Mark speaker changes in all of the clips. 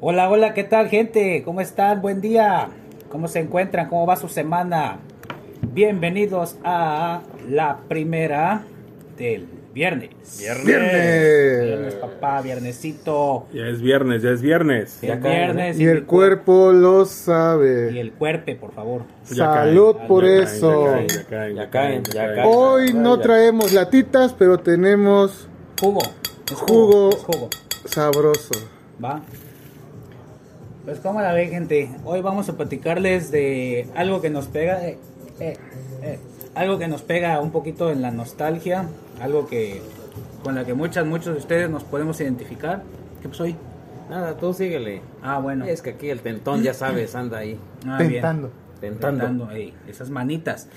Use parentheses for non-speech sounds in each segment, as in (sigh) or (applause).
Speaker 1: Hola, hola, ¿qué tal gente? ¿Cómo están? Buen día. ¿Cómo se encuentran? ¿Cómo va su semana? Bienvenidos a la primera del viernes.
Speaker 2: Viernes.
Speaker 1: Viernes, papá, viernesito.
Speaker 2: Ya es viernes, ya es viernes.
Speaker 1: El viernes
Speaker 3: Y el
Speaker 1: cu-
Speaker 3: cuerpo lo
Speaker 1: Y
Speaker 3: sabe.
Speaker 1: el cuerpe, por favor.
Speaker 2: Ya caen,
Speaker 3: Salud
Speaker 1: ya
Speaker 3: por
Speaker 1: caen,
Speaker 3: eso.
Speaker 2: caen, ya caen,
Speaker 4: Ya caen, ya caen.
Speaker 3: Hoy no traemos latitas, pero tenemos
Speaker 1: Jugo. Es
Speaker 3: Jugo.
Speaker 1: Es jugo.
Speaker 3: sabroso.
Speaker 1: Va. Pues como la ven gente, hoy vamos a platicarles de algo que nos pega, eh, eh, eh, algo que nos pega un poquito en la nostalgia, algo que con la que muchas, muchos de ustedes nos podemos identificar. ¿Qué pues hoy?
Speaker 4: Nada, tú síguele.
Speaker 1: Ah, bueno.
Speaker 4: Es que aquí el tentón, ya sabes, anda ahí.
Speaker 1: Ah, bien.
Speaker 3: Tentando.
Speaker 4: Tentando.
Speaker 1: Tentando, ey, esas manitas.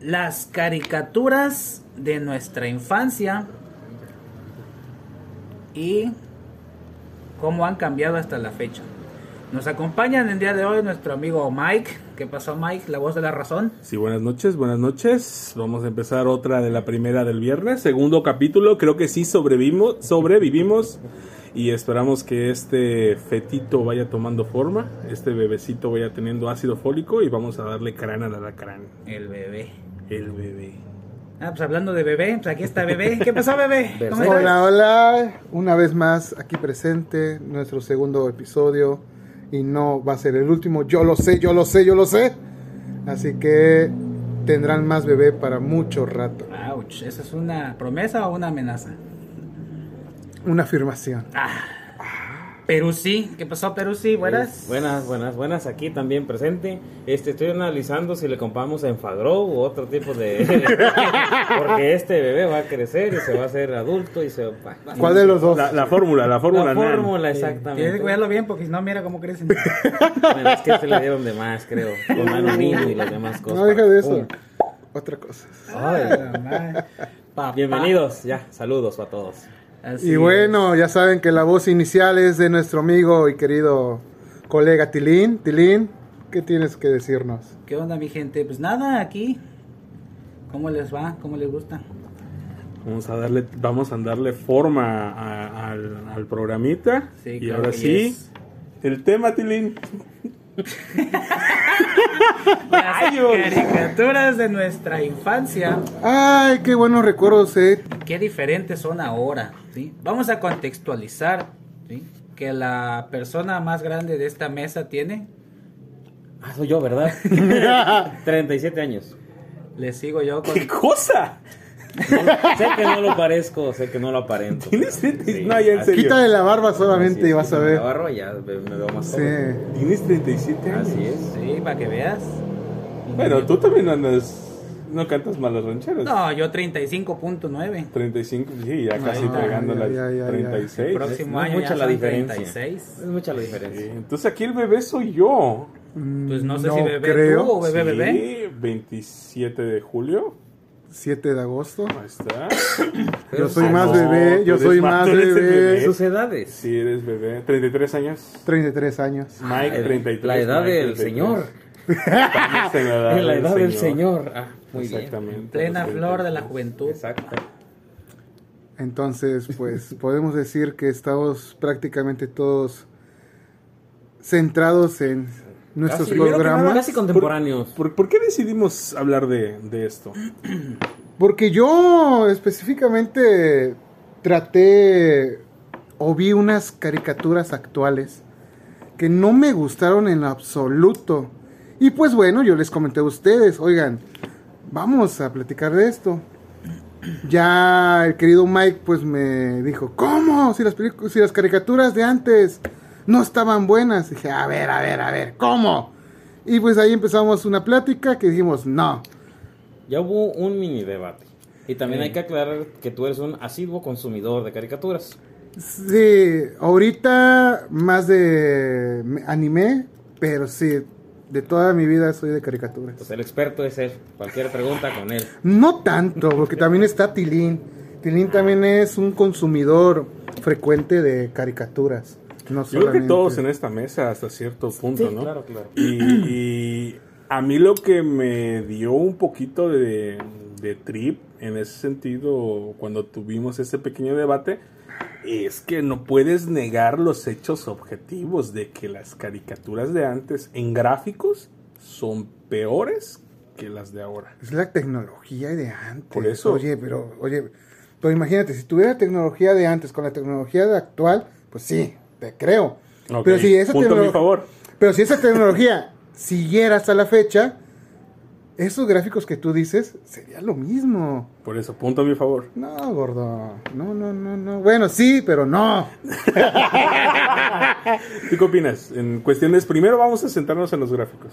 Speaker 1: Las caricaturas de nuestra infancia y cómo han cambiado hasta la fecha. Nos acompañan el día de hoy nuestro amigo Mike. ¿Qué pasó Mike? La voz de la razón.
Speaker 2: Sí, buenas noches, buenas noches. Vamos a empezar otra de la primera del viernes, segundo capítulo. Creo que sí sobrevivimos, sobrevivimos y esperamos que este fetito vaya tomando forma, este bebecito vaya teniendo ácido fólico y vamos a darle crán al alacrán,
Speaker 1: El bebé.
Speaker 2: el bebé.
Speaker 1: Ah, pues hablando de bebé, pues aquí está bebé. ¿Qué pasó
Speaker 4: (laughs)
Speaker 1: bebé? ¿Cómo estás?
Speaker 3: Hola, hola. Una vez más aquí presente, nuestro segundo episodio. Y no va a ser el último. Yo lo sé, yo lo sé, yo lo sé. Así que tendrán más bebé para mucho rato.
Speaker 1: Ouch, ¿eso es una promesa o una amenaza?
Speaker 3: Una afirmación.
Speaker 2: Ah,
Speaker 1: Perú sí, ¿qué pasó Perú sí? Buenas.
Speaker 4: Eh, Buenas, buenas, buenas. Aquí también presente. Este, estoy analizando si le compramos Enfagrow u otro tipo de. (laughs) Porque este bebé va a crecer y se va a hacer adulto y se va.
Speaker 3: ¿Cuál de los dos?
Speaker 2: La, la fórmula, la fórmula.
Speaker 4: La
Speaker 2: nan.
Speaker 4: fórmula,
Speaker 1: Tienes que
Speaker 4: exactamente.
Speaker 1: cuidarlo bien porque si no, mira cómo crecen.
Speaker 4: Bueno, es que se le dieron de más, creo. Con mano niño y las demás cosas.
Speaker 3: No deja de
Speaker 4: Pum.
Speaker 3: eso. Otra cosa.
Speaker 1: Ah, madre. Papá.
Speaker 4: Bienvenidos, ya. Saludos a todos.
Speaker 1: Así
Speaker 3: Y
Speaker 1: es.
Speaker 3: bueno, ya saben que la voz inicial es de nuestro amigo y querido colega Tilín. Tilín, ¿qué tienes que decirnos?
Speaker 1: ¿Qué onda, mi gente? Pues nada, aquí. ¿Cómo les va? ¿Cómo les gusta?
Speaker 2: Vamos a darle, vamos a darle forma a- al, al programita.
Speaker 1: Sí,
Speaker 2: y
Speaker 1: claro
Speaker 2: ahora
Speaker 1: que
Speaker 2: sí,
Speaker 1: yes.
Speaker 2: el tema, Tilín.
Speaker 1: Las caricaturas de nuestra infancia.
Speaker 3: Ay, qué buenos recuerdos, eh.
Speaker 1: Qué diferentes son ahora. ¿sí? Vamos a contextualizar ¿sí? que la persona más grande de esta mesa tiene.
Speaker 4: Ah, soy yo, (laughs) ¿verdad? 37 años.
Speaker 1: Le sigo yo con.
Speaker 2: ¡Qué cosa!
Speaker 4: sé que no lo parezco, sé que no lo aparento.
Speaker 2: Tienes treinta y-
Speaker 4: Sí,
Speaker 2: no, ya en
Speaker 4: así-
Speaker 2: serio.
Speaker 3: Quítale la barba
Speaker 4: así
Speaker 3: solamente y
Speaker 4: es,
Speaker 3: vas a
Speaker 4: me
Speaker 3: ver.
Speaker 4: la barro y ya me me veo más
Speaker 3: Sí.
Speaker 4: joven.
Speaker 2: Tienes 37 años.
Speaker 4: Así es.
Speaker 1: Sí, para que veas.
Speaker 2: Bueno, tú también andas. No cantas malas rancheras.
Speaker 1: No, yo 35.9.
Speaker 2: 35, sí, ya casi
Speaker 1: Ay,
Speaker 2: pegando
Speaker 3: ya,
Speaker 2: las
Speaker 3: ya, ya, ya.
Speaker 2: 36.
Speaker 1: Próximo
Speaker 4: no es
Speaker 1: año
Speaker 4: mucha
Speaker 1: ya
Speaker 4: la
Speaker 1: son
Speaker 4: diferencia.
Speaker 1: 36.
Speaker 4: Es mucha la
Speaker 2: Sí,
Speaker 4: diferencia.
Speaker 2: Entonces aquí el bebé soy yo.
Speaker 1: Pues no sé
Speaker 3: Mm, No
Speaker 1: si bebé
Speaker 3: creo.
Speaker 1: tú o bebé
Speaker 2: Sí,
Speaker 1: bebé.
Speaker 2: 27 de julio.
Speaker 3: 7 de agosto.
Speaker 2: Ahí está.
Speaker 3: Yo soy
Speaker 4: Ah,
Speaker 3: más
Speaker 4: no.
Speaker 3: bebé,
Speaker 2: tú
Speaker 3: yo
Speaker 2: eres
Speaker 3: soy
Speaker 2: más-
Speaker 3: más
Speaker 2: tú eres el
Speaker 3: bebé.
Speaker 2: bebé.
Speaker 4: Sus edades.
Speaker 2: Sí, eres bebé. 33 años.
Speaker 3: 33 años.
Speaker 2: Mike,
Speaker 4: El-
Speaker 2: 33.
Speaker 4: la edad
Speaker 2: Mike,
Speaker 4: del
Speaker 2: 33.
Speaker 4: señor.
Speaker 2: Estamos en
Speaker 4: En (laughs) la edad del señor. Ah, muy bien.
Speaker 2: Ah, Exactamente.
Speaker 1: Plena
Speaker 2: Los
Speaker 1: flor de
Speaker 2: 33.
Speaker 1: la juventud.
Speaker 4: Exacto.
Speaker 3: Entonces, pues podemos decir que estamos prácticamente todos centrados en nuestros
Speaker 4: Casi-
Speaker 3: programas.
Speaker 4: Casi contemporáneos.
Speaker 2: ¿Por, por qué decidimos hablar de, de esto?
Speaker 3: Porque yo específicamente traté o vi unas caricaturas actuales que no me gustaron en absoluto. Y pues bueno, yo les comenté a ustedes, oigan, vamos a platicar de esto. Ya el querido Mike pues me dijo, ¿cómo? Si las, pelicu- si las caricaturas de antes no estaban buenas. Dije, a ver, a ver, a ver, ¿cómo? Y pues ahí empezamos una plática que dijimos, no,
Speaker 4: Ya hubo un mini debate. Y también
Speaker 1: Sí.
Speaker 4: hay que aclarar que tú eres un asiduo consumidor de caricaturas.
Speaker 3: Sí, ahorita más de me- anime, pero sí, de toda mi vida soy de caricaturas.
Speaker 4: Pues el experto es él. Cualquier pregunta con él.
Speaker 3: No tanto, porque también está Tilín. Tilín también es un consumidor frecuente de caricaturas. No
Speaker 2: Yo creo que
Speaker 3: solamente-
Speaker 2: todos en este- esta mesa hasta cierto punto,
Speaker 4: Sí,
Speaker 2: ¿no?
Speaker 4: claro, claro.
Speaker 2: Y, y a mí lo que me dio un poquito de, de trip en ese sentido, cuando tuvimos ese pequeño debate, Es que no puedes negar los hechos objetivos de que las caricaturas de antes en gráficos son peores que las de ahora.
Speaker 3: Es la tecnología de antes.
Speaker 2: Por eso.
Speaker 3: Oye, pero, oye, pero imagínate, si tuviera tecnología de antes con la tecnología de actual, pues sí, te creo.
Speaker 2: Ok,
Speaker 3: Pero si esa
Speaker 2: punto a mi
Speaker 3: tecnolo-
Speaker 2: favor.
Speaker 3: Pero si esa tecnología siguiera hasta la fecha, esos gráficos que tú dices sería lo mismo.
Speaker 2: Por eso, punto a mi favor.
Speaker 3: No, gordo. No, no, no, no. Bueno, sí, pero no.
Speaker 2: ¿Tú qué opinas? En cuestiones, primero vamos a sentarnos en los gráficos.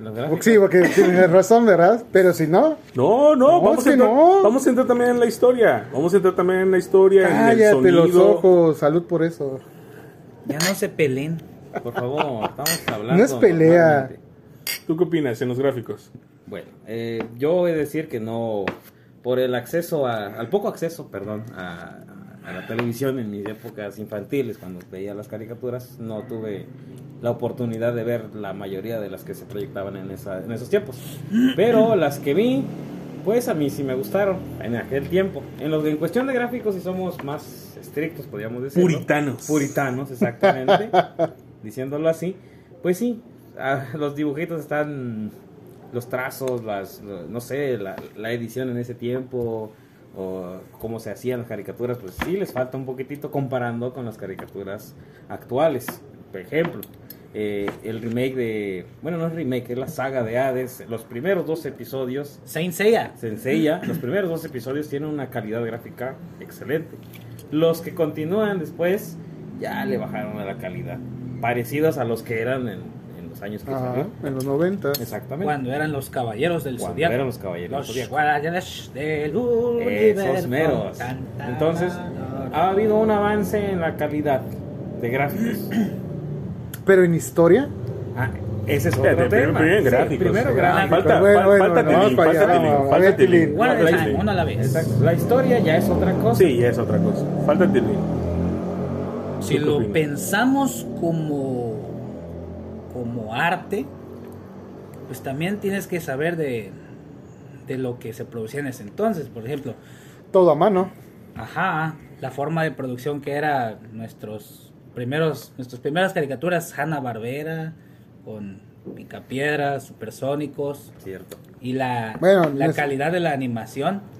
Speaker 4: Los gráficos.
Speaker 3: Sí, porque tienes razón, ¿verdad? Pero si no,
Speaker 2: No, no,
Speaker 3: No,
Speaker 2: vamos,
Speaker 3: es
Speaker 2: a
Speaker 3: que
Speaker 2: entrar,
Speaker 3: no.
Speaker 2: vamos a entrar también en la historia. Vamos a entrar también en la historia, en
Speaker 3: cállate
Speaker 2: el
Speaker 3: los
Speaker 2: sonido.
Speaker 3: ojos. Salud por eso.
Speaker 1: Ya no se peleen.
Speaker 4: Por favor, estamos hablando.
Speaker 3: No es pelea.
Speaker 4: normalmente.
Speaker 2: ¿Tú qué opinas en los gráficos?
Speaker 4: Bueno, eh, yo voy a decir que no, por el acceso, a- al poco acceso, perdón, a, a la televisión en mis épocas infantiles, cuando veía las caricaturas, no tuve la oportunidad de ver la mayoría de las que se proyectaban en, esa, en esos tiempos. Pero las que vi, pues a mí sí me gustaron en aquel tiempo. En, los, en cuestión de gráficos, si somos más estrictos, podríamos decir.
Speaker 2: Puritanos.
Speaker 4: Puritanos, exactamente. diciéndolo así. Pues sí, ah, los dibujitos están. Los trazos, las, lo- no sé, la, la edición en ese tiempo, o cómo se hacían las caricaturas, pues sí les falta un poquitito comparando con las caricaturas actuales. Por ejemplo, eh, el remake de. Bueno, no es remake, es la saga de Hades. Los primeros dos episodios
Speaker 1: Saint Seiya.
Speaker 4: Sencilla, los primeros dos episodios tienen una calidad gráfica excelente. Los que continúan después ya le bajaron a la calidad, parecidos a los que eran en, en los años que
Speaker 3: Ajá,
Speaker 4: salió.
Speaker 3: en los noventas.
Speaker 4: Exactamente.
Speaker 1: Cuando eran los caballeros del
Speaker 4: Cuando
Speaker 1: zodiaco.
Speaker 4: eran los caballeros del
Speaker 1: Los
Speaker 4: Zodiaco.
Speaker 1: guardianes del universo.
Speaker 4: Esos meros.
Speaker 1: Tan, tan,
Speaker 4: Entonces, ah,
Speaker 1: tan,
Speaker 4: ha habido un avance en la calidad de gráficos.
Speaker 3: Pero en historia.
Speaker 4: Ah, ese es otro
Speaker 2: Espérate,
Speaker 4: tema.
Speaker 2: primero
Speaker 4: Sí,
Speaker 2: gráficos.
Speaker 4: primero
Speaker 2: Falta,
Speaker 4: gráficos.
Speaker 2: falta,
Speaker 3: Bueno, bueno,
Speaker 2: falta
Speaker 3: bueno, vamos
Speaker 2: Tilín,
Speaker 3: para allá,
Speaker 2: falta Tilín,
Speaker 3: vamos, a
Speaker 2: falta
Speaker 3: ver,
Speaker 2: Tilín,
Speaker 3: Tilín.
Speaker 1: One at a
Speaker 2: falta
Speaker 1: time,
Speaker 2: Tilín.
Speaker 1: uno a la vez.
Speaker 4: Exacto. La historia ya es otra cosa.
Speaker 2: Sí, ya es otra cosa. Falta Tilín.
Speaker 1: Si
Speaker 2: ¿Tú qué
Speaker 1: lo
Speaker 2: opinas?
Speaker 1: pensamos como, como arte, pues también tienes que saber de, de lo que se producía en ese entonces. Por ejemplo,
Speaker 3: Todo a mano.
Speaker 1: ajá, la forma de producción que era nuestros primeros, nuestras primeras caricaturas, Hanna Barbera, con Picapiedras, Supersónicos,
Speaker 4: Cierto.
Speaker 1: y la,
Speaker 3: Bueno,
Speaker 1: la
Speaker 3: les-
Speaker 1: calidad de la animación,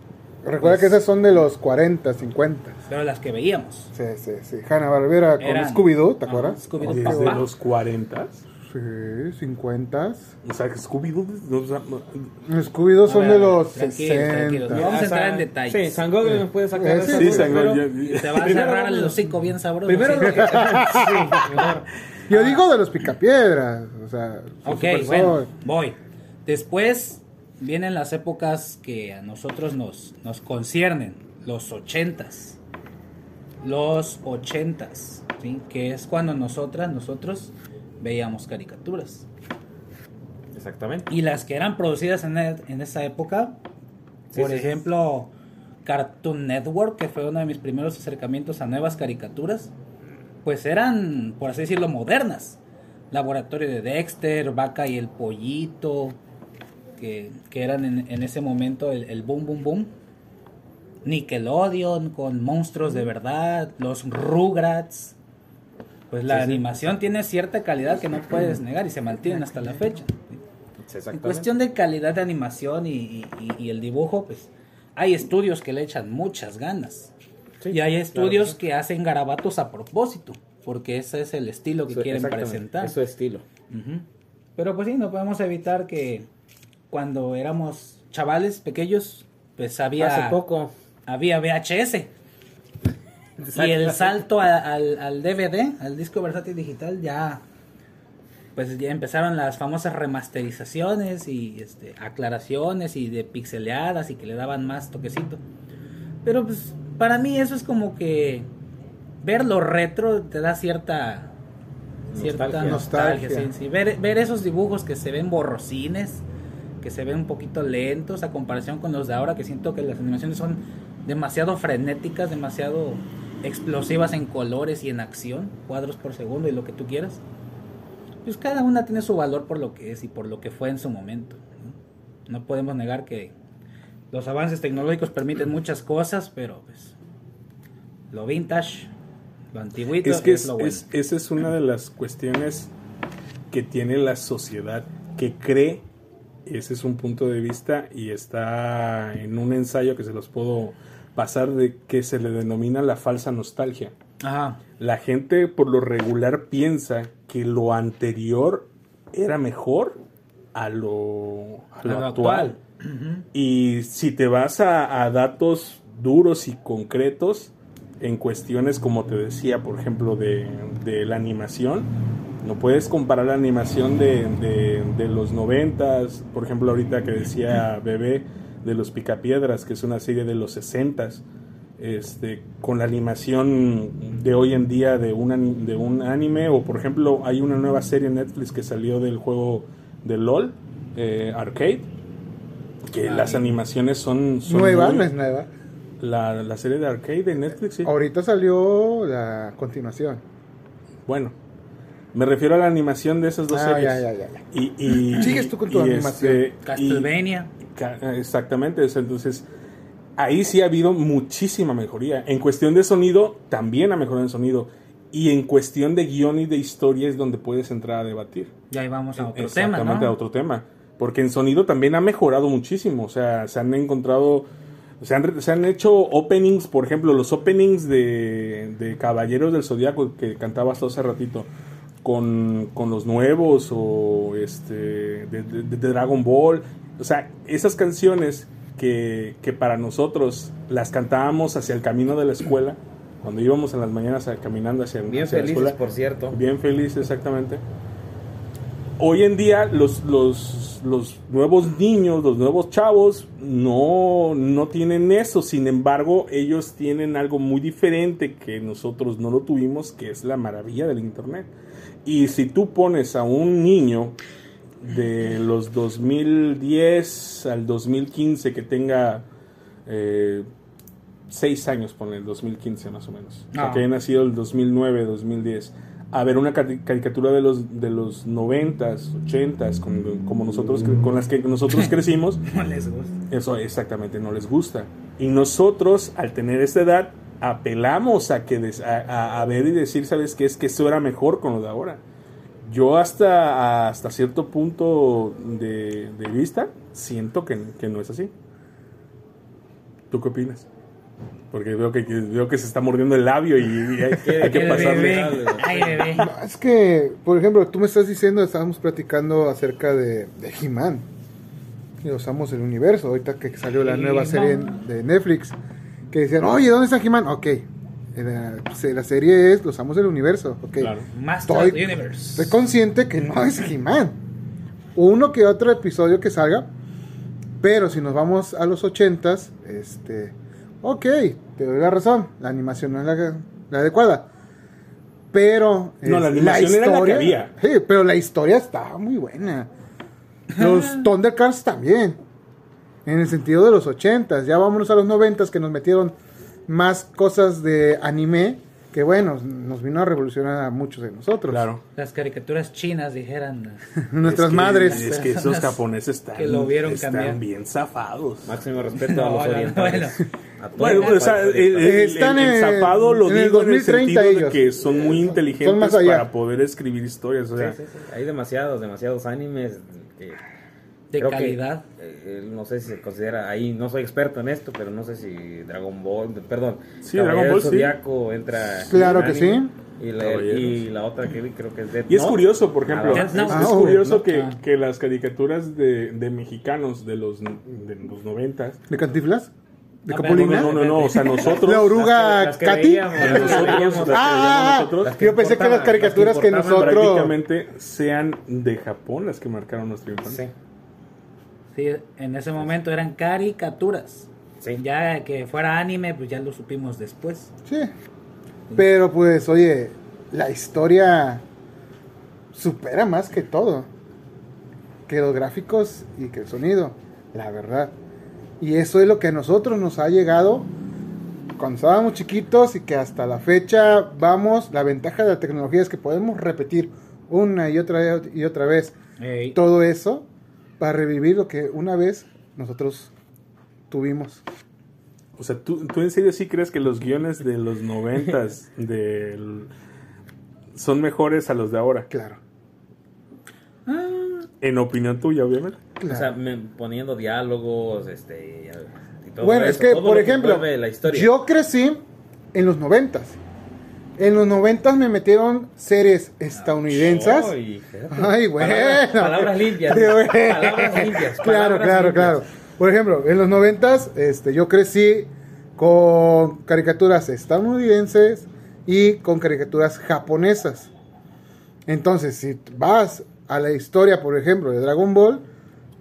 Speaker 3: Recuerda que esas son de los 40, 50.
Speaker 1: pero las que veíamos.
Speaker 3: Sí, sí, sí. Hanna Barbera con
Speaker 1: Eran-
Speaker 3: Scooby-Doo, ¿te
Speaker 1: Ajá,
Speaker 3: acuerdas?
Speaker 1: Scooby-Doo,
Speaker 2: Desde
Speaker 1: papá.
Speaker 2: los 40.
Speaker 3: Sí, 50.
Speaker 2: O sea, que Scooby-Doo. no, o sea, no,
Speaker 3: Los Scooby-Doo
Speaker 1: A
Speaker 3: son
Speaker 1: ver,
Speaker 3: de los
Speaker 1: tranquilos,
Speaker 3: 60.
Speaker 1: tranquilos. Vamos a entrar en detalles.
Speaker 4: Sí, San Google nos puede sacar
Speaker 3: Eh,
Speaker 4: de
Speaker 3: sí,
Speaker 4: esa
Speaker 2: Sí,
Speaker 4: duda,
Speaker 2: San Gol,
Speaker 4: pero-
Speaker 2: ya-
Speaker 1: Se va a
Speaker 4: Primero
Speaker 1: cerrar el
Speaker 4: vamos-
Speaker 1: hocico bien sabroso.
Speaker 4: Primero lo que- Sí, mejor.
Speaker 3: Yo digo de los picapiedras. O sea,
Speaker 1: Ok,
Speaker 3: los Super
Speaker 1: bueno,
Speaker 3: Sol.
Speaker 1: voy. Después vienen las épocas que a nosotros nos, nos conciernen, los ochentas. Los ochentas, ¿sí? que es cuando nosotras, nosotros veíamos caricaturas.
Speaker 4: Exactamente.
Speaker 1: Y las que eran producidas en, e- en esa época,
Speaker 4: Sí,
Speaker 1: por
Speaker 4: sí.
Speaker 1: ejemplo, Cartoon Network, que fue uno de mis primeros acercamientos a nuevas caricaturas, pues eran, por así decirlo, modernas. Laboratorio de Dexter, Vaca y el Pollito, que, que eran en, en ese momento el, el boom, boom, boom. Nickelodeon con monstruos de verdad, los Rugrats. Pues la
Speaker 4: Sí, sí.
Speaker 1: animación tiene cierta calidad que no puedes negar y se mantienen hasta la fecha. En
Speaker 4: Exactamente.
Speaker 1: cuestión de calidad de animación y, y- y- y el dibujo, pues hay estudios que le echan muchas ganas.
Speaker 4: Sí,
Speaker 1: y hay
Speaker 4: claro
Speaker 1: estudios
Speaker 4: que
Speaker 1: que hacen garabatos a propósito, porque ese es el estilo que
Speaker 4: Eso-
Speaker 1: quieren
Speaker 4: exactamente,
Speaker 1: presentar.
Speaker 4: Es su estilo.
Speaker 1: Ujú. Pero pues sí, no podemos evitar que cuando éramos chavales pequeños, pues había,
Speaker 4: Hace poco.
Speaker 1: había VHS. Y el salto a- al, al DVD, al disco versátil digital, ya pues ya empezaron las famosas remasterizaciones y este, aclaraciones y de pixeleadas y que le daban más toquecito. Pero pues para mí eso es como que ver lo retro te da cierta cierta
Speaker 4: Nostalgia.
Speaker 1: nostalgia,
Speaker 3: Nostalgia.
Speaker 1: sí, sí. Ver, ver esos dibujos que se ven borrosines, que se ven un poquito lentos a comparación con los de ahora, que siento que las animaciones son demasiado frenéticas, demasiado explosivas en colores y en acción, cuadros por segundo y lo que tú quieras. Pues cada una tiene su valor por lo que es y por lo que fue en su momento. No, No podemos negar que los avances tecnológicos permiten muchas cosas, pero pues lo vintage, lo antiguito
Speaker 2: Es que
Speaker 1: es,
Speaker 2: es-
Speaker 1: lo bueno.
Speaker 2: es- esa es una de las cuestiones que tiene la sociedad, que cree, ese es un punto de vista y está en un ensayo que se los puedo pasar, de que se le denomina la falsa nostalgia.
Speaker 1: Ajá.
Speaker 2: La gente por lo regular piensa que lo anterior era mejor a lo, a lo
Speaker 1: A lo
Speaker 2: actual. Y si te vas a, a datos duros y concretos en cuestiones como te decía, por ejemplo, de, de la animación, no puedes comparar la animación de, de- de los noventas, por ejemplo, ahorita que decía Bebé de los Picapiedras, que es una serie de los sesentas, este, con la animación de hoy en día de un, ani- de un anime, o por ejemplo, hay una nueva serie en Netflix que salió del juego de LOL, eh, Arcade, que las animaciones son... son
Speaker 3: Nueva,
Speaker 2: muy-
Speaker 3: no es nueva.
Speaker 2: la, la serie de Arcade de Netflix, sí.
Speaker 3: Ahorita salió la continuación.
Speaker 2: Bueno, me refiero a la animación de esas dos
Speaker 3: Ah,
Speaker 2: series.
Speaker 3: ya, ya, ya, ya.
Speaker 2: Y, y-
Speaker 3: Sigues tú con tu
Speaker 2: y,
Speaker 3: animación.
Speaker 2: este, y-
Speaker 1: Castlevania.
Speaker 2: ca- Exactamente, es- entonces ahí sí ha habido muchísima mejoría. En cuestión de sonido, también ha mejorado el sonido. Y en cuestión de guión y de historia es donde puedes entrar a debatir.
Speaker 1: Y ahí vamos a otro tema,
Speaker 2: Exactamente,
Speaker 1: (laughs)
Speaker 2: a
Speaker 1: ¿no?
Speaker 2: otro tema. Porque en sonido también ha mejorado muchísimo. O sea, se han encontrado. Se han, re- se han hecho openings, por ejemplo, los openings de, de Caballeros del Zodíaco que cantabas tú hace ratito. Con, con los nuevos o este de, de- de Dragon Ball. O sea, esas canciones que, que para nosotros las cantábamos hacia el camino de la escuela, cuando íbamos en las mañanas a- caminando hacia,
Speaker 4: Bien
Speaker 2: hacia la
Speaker 4: felices,
Speaker 2: escuela.
Speaker 4: por cierto.
Speaker 2: Bien feliz, exactamente. Hoy en día los, los, los nuevos niños, los nuevos chavos, no, no tienen eso. Sin embargo, ellos tienen algo muy diferente que nosotros no lo tuvimos, que es la maravilla del Internet. Y si tú pones a un niño de los 2010 al 2015 que tenga 6 años, ponle el 2015 más o menos, o sea,
Speaker 1: Ah.
Speaker 2: que haya nacido el 2009, 2010, a ver una cari- caricatura de los de los 90s, 80s, con, como nosotros cre- con las que nosotros crecimos,
Speaker 1: No les gusta.
Speaker 2: eso exactamente no les gusta. Y nosotros, al tener esta edad, apelamos a, que des- a, a- a ver y decir, ¿sabes qué? Es que eso era mejor con lo de ahora. Yo hasta, hasta cierto punto de, de vista siento que, que no es así. ¿Tú qué opinas? Porque veo que, que- veo que se está mordiendo el labio y, y hay, hay que
Speaker 1: El bebé.
Speaker 2: pasarle.
Speaker 1: Ay, bebé.
Speaker 3: No, Es que, por ejemplo, tú me estás diciendo, estábamos platicando acerca de, de He-Man. Y los amos del universo, ahorita que salió la nueva
Speaker 1: He-Man.
Speaker 3: serie en- de Netflix. Que decían, oye, ¿dónde está He-Man? Ok. La, se- la serie es Los Amos del Universo. Ok.
Speaker 2: Claro.
Speaker 1: Master of
Speaker 3: Estoy,
Speaker 1: the Universe.
Speaker 3: estoy consciente que no es He-Man. Uno que otro episodio que salga. Pero si nos vamos a los ochentas, este. Ok, te doy la razón. La animación no es la, la adecuada. Pero.
Speaker 2: No,
Speaker 3: es-
Speaker 2: la animación era la que había.
Speaker 3: Sí, pero la historia estaba muy buena. Los Thundercats también. En el sentido de los 80 Ya vámonos a los 90 que nos metieron más cosas de anime. Que bueno, nos vino a revolucionar a muchos de nosotros.
Speaker 2: Claro.
Speaker 1: Las caricaturas chinas
Speaker 2: (laughs)
Speaker 1: dijeran.
Speaker 3: Nuestras
Speaker 2: Es que-
Speaker 3: madres.
Speaker 2: Es que esos japoneses están,
Speaker 1: Que lo vieron
Speaker 2: están
Speaker 1: cambiar.
Speaker 2: bien zafados.
Speaker 4: Máximo respeto a
Speaker 1: No,
Speaker 4: los
Speaker 1: no,
Speaker 4: orientales.
Speaker 1: bueno. eh,
Speaker 4: A todos
Speaker 2: Bueno,
Speaker 4: los
Speaker 2: o sea, el,
Speaker 4: orientales.
Speaker 2: el- el-
Speaker 3: Están
Speaker 2: el
Speaker 3: en-
Speaker 2: zapado lo
Speaker 3: en el
Speaker 2: digo en el
Speaker 3: 2030
Speaker 2: sentido de
Speaker 3: ellos.
Speaker 2: que son muy
Speaker 3: Eh, son-
Speaker 2: inteligentes
Speaker 3: son más allá.
Speaker 2: para poder escribir historias. O sea,
Speaker 4: Sí, sí, sí. Hay demasiados, demasiados animes que-
Speaker 1: De
Speaker 4: creo que,
Speaker 1: calidad.
Speaker 4: eh, eh, no sé si se considera ahí, no soy experto en esto, pero no sé si Dragon Ball, de- perdón,
Speaker 2: Sí,
Speaker 4: Caballero
Speaker 2: Dragon
Speaker 4: del
Speaker 2: Ball, sí.
Speaker 4: Zodiaco entra.
Speaker 3: Claro
Speaker 4: en
Speaker 3: que
Speaker 4: anime, Y la,
Speaker 2: Caballeros.
Speaker 4: y la otra que vi creo que es Death
Speaker 2: Y es
Speaker 4: Note.
Speaker 2: curioso, por ejemplo,
Speaker 4: Ah,
Speaker 2: es,
Speaker 1: no.
Speaker 2: es
Speaker 3: Ah,
Speaker 2: curioso
Speaker 1: no,
Speaker 2: que,
Speaker 1: claro.
Speaker 2: que las caricaturas de, de mexicanos de los, de los noventas...
Speaker 3: ¿De Cantiflas? ¿De
Speaker 1: No,
Speaker 2: No,
Speaker 3: Capulina?
Speaker 2: no, no, no, o sea, nosotros...
Speaker 3: ¿La oruga
Speaker 4: Las que- las que
Speaker 3: Katy?
Speaker 4: veíamos,
Speaker 2: las que
Speaker 1: (laughs)
Speaker 2: veíamos, las que
Speaker 3: Ah,
Speaker 2: veíamos nosotros,
Speaker 3: ah, yo pensé que las
Speaker 4: importaban,
Speaker 3: caricaturas
Speaker 4: las
Speaker 3: que
Speaker 4: que
Speaker 3: nosotros...
Speaker 2: prácticamente sean de Japón las que marcaron nuestra infancia.
Speaker 4: Sí,
Speaker 1: Sí, en ese momento eran caricaturas.
Speaker 4: sí.
Speaker 1: Ya que fuera anime, pues ya lo supimos después.
Speaker 3: Sí. Pero pues, oye, la historia supera más que todo. Que los gráficos y que el sonido, la verdad. Y eso es lo que a nosotros nos ha llegado cuando estábamos chiquitos y que hasta la fecha vamos, la ventaja de la tecnología es que podemos repetir una y otra y otra vez
Speaker 1: Ey.
Speaker 3: todo eso para revivir lo que una vez nosotros tuvimos.
Speaker 2: O sea, ¿tú, tú en serio sí crees que los guiones de los noventas (laughs) del- son mejores a los de ahora?
Speaker 3: Claro.
Speaker 2: En opinión tuya, obviamente.
Speaker 3: claro.
Speaker 4: O sea, me- poniendo diálogos, este. y todo
Speaker 3: bueno,
Speaker 4: eso,
Speaker 3: es que,
Speaker 4: todo lo
Speaker 3: por ejemplo,
Speaker 4: envuelve la historia.
Speaker 3: yo crecí en los noventas. En los noventas me metieron series estadounidenses.
Speaker 4: Ay, fíjate.
Speaker 3: Ay, (laughs) bueno.
Speaker 4: Ah, Palabras, palabras limpias.
Speaker 3: Sí, güey.
Speaker 4: palabras limpias.
Speaker 3: (laughs) Claro,
Speaker 4: palabras
Speaker 3: claro,
Speaker 4: limpias.
Speaker 3: claro. Por ejemplo, en los noventas, este, yo crecí con caricaturas estadounidenses y con caricaturas japonesas. Entonces, si vas a la historia, por ejemplo, de Dragon Ball,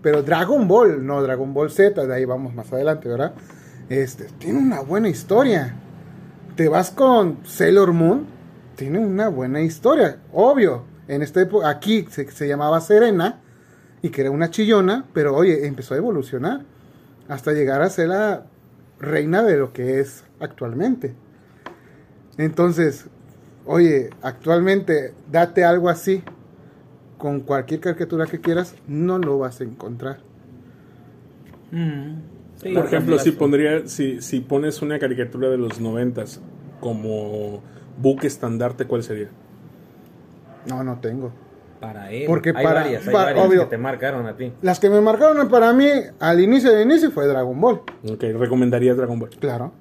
Speaker 3: pero Dragon Ball, no Dragon Ball Z, de ahí vamos más adelante, ¿verdad? Este, tiene una buena historia. Te vas con Sailor Moon, tiene una buena historia, obvio. En esta época, aquí se, se llamaba Serena y que era una chillona, pero oye, empezó a evolucionar hasta llegar a ser la reina de lo que es actualmente. Entonces, oye, actualmente date algo así con cualquier caricatura que quieras, no lo vas a encontrar.
Speaker 1: Mm, sí,
Speaker 2: Por ejemplo,
Speaker 1: las-
Speaker 2: si pondría, si, si pones una caricatura de los noventas como buque estandarte, ¿cuál sería?
Speaker 3: No, no tengo.
Speaker 1: Para él.
Speaker 3: Porque
Speaker 4: Hay
Speaker 3: para,
Speaker 4: varias, hay
Speaker 3: para-
Speaker 4: varias
Speaker 3: obvio,
Speaker 4: que te marcaron a ti.
Speaker 3: las que me marcaron para mí al inicio del inicio fue Dragon Ball,
Speaker 2: Ok, recomendaría Dragon Ball.
Speaker 3: claro,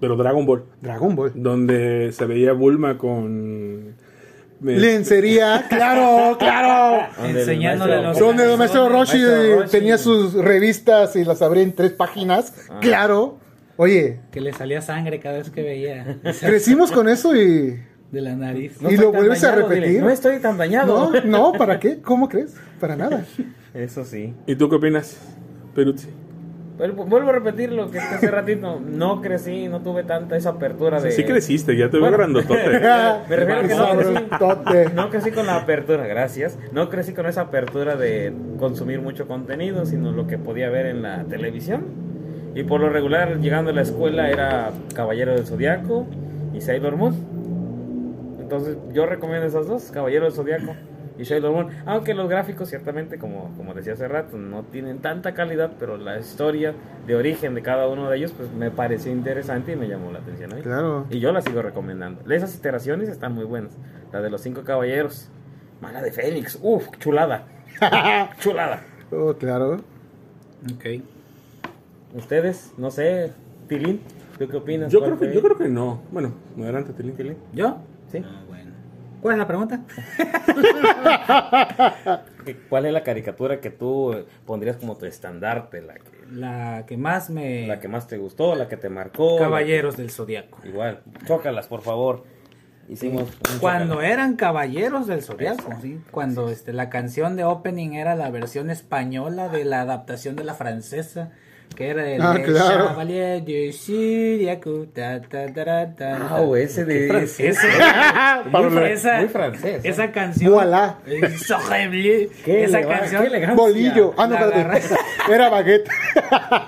Speaker 2: Pero Dragon Ball,
Speaker 3: Dragon Ball.
Speaker 2: donde se veía Bulma con... eh,
Speaker 3: Lencería, claro, claro.
Speaker 4: Donde el
Speaker 1: Enseñándole
Speaker 4: maestro-
Speaker 1: los-
Speaker 3: Donde el maestro Roshi eh,
Speaker 4: Maestro Roshi.
Speaker 3: tenía sus revistas y las abría en tres páginas. Claro. Oye,
Speaker 1: Que le salía sangre cada vez que veía
Speaker 3: crecimos con eso y...
Speaker 1: de la nariz.
Speaker 3: y
Speaker 4: estoy
Speaker 3: lo
Speaker 4: tan
Speaker 3: vuelves a
Speaker 4: dañado, dile,
Speaker 3: repetir.
Speaker 4: no estoy tan dañado.
Speaker 3: No, no, ¿para qué? ¿Cómo crees? Para nada.
Speaker 4: (laughs) Eso sí.
Speaker 2: ¿Y tú qué opinas, Peruzzi?
Speaker 4: Vuelvo vuelvo a repetir lo que dije hace ratito. No crecí, no tuve tanta esa apertura de.
Speaker 2: Sí creciste, ya te veo
Speaker 4: Bueno.
Speaker 3: (laughs)
Speaker 2: grandotote.
Speaker 4: Me refiero a que no
Speaker 3: Sabrosote.
Speaker 4: crecí, no crecí con la apertura, gracias. No crecí con esa apertura de consumir mucho contenido, sino lo que podía ver en la televisión. Y por lo regular, llegando a la escuela, era Caballero del Zodiaco y Sailor Moon. Entonces, yo recomiendo esas dos: Caballero del Zodiaco y Sailor Moon. Aunque los gráficos, ciertamente, como, como decía hace rato, no tienen tanta calidad, pero la historia de origen de cada uno de ellos, pues me pareció interesante y me llamó la atención. a mí.
Speaker 3: Claro.
Speaker 4: Y yo la sigo recomendando. Esas iteraciones están muy buenas. La de los cinco caballeros. Mala de Fénix. Uf,
Speaker 2: (laughs)
Speaker 4: chulada. chulada.
Speaker 3: Oh, claro.
Speaker 1: Ok.
Speaker 4: Ustedes, no sé, Tilín, ¿tú qué opinas?
Speaker 2: Yo
Speaker 4: ¿Cuál
Speaker 2: creo, que,
Speaker 4: fue?
Speaker 2: yo creo que no. Bueno, adelante, Tilín.
Speaker 4: Tilín.
Speaker 1: ¿Yo?
Speaker 4: Sí.
Speaker 1: Ah, bueno. ¿Cuál es la pregunta?
Speaker 4: ¿Qué- ¿Cuál es la caricatura que tú eh, pondrías como tu estandarte? La que,
Speaker 1: La que más me.
Speaker 4: la que más te gustó, la que te marcó.
Speaker 1: Caballeros del Zodiaco.
Speaker 4: la que- igual. Chócalas, por favor. Hicimos. un
Speaker 1: Cuando
Speaker 4: chócala.
Speaker 1: eran Caballeros del Zodiaco, ¿sí? Cuando este, la canción de opening era la versión española de la adaptación de la francesa, que era el
Speaker 3: Ah,
Speaker 1: de
Speaker 3: claro.
Speaker 1: Chevalier du Zodiaco, ta, ta, ta, ra, ta,
Speaker 4: Ah,
Speaker 1: ta.
Speaker 4: o ese de. (laughs)
Speaker 1: Francesa.
Speaker 4: Muy
Speaker 1: Muy
Speaker 4: fran-
Speaker 1: esa-
Speaker 4: muy francés. ¿eh?
Speaker 1: Esa canción.
Speaker 3: Voilà.
Speaker 1: Es horrible.
Speaker 4: Qué
Speaker 1: esa
Speaker 4: elegan-
Speaker 1: canción.
Speaker 4: qué elegancia.
Speaker 3: Bolillo. Ah, no,
Speaker 1: La
Speaker 3: espérate. (laughs) Era baguette.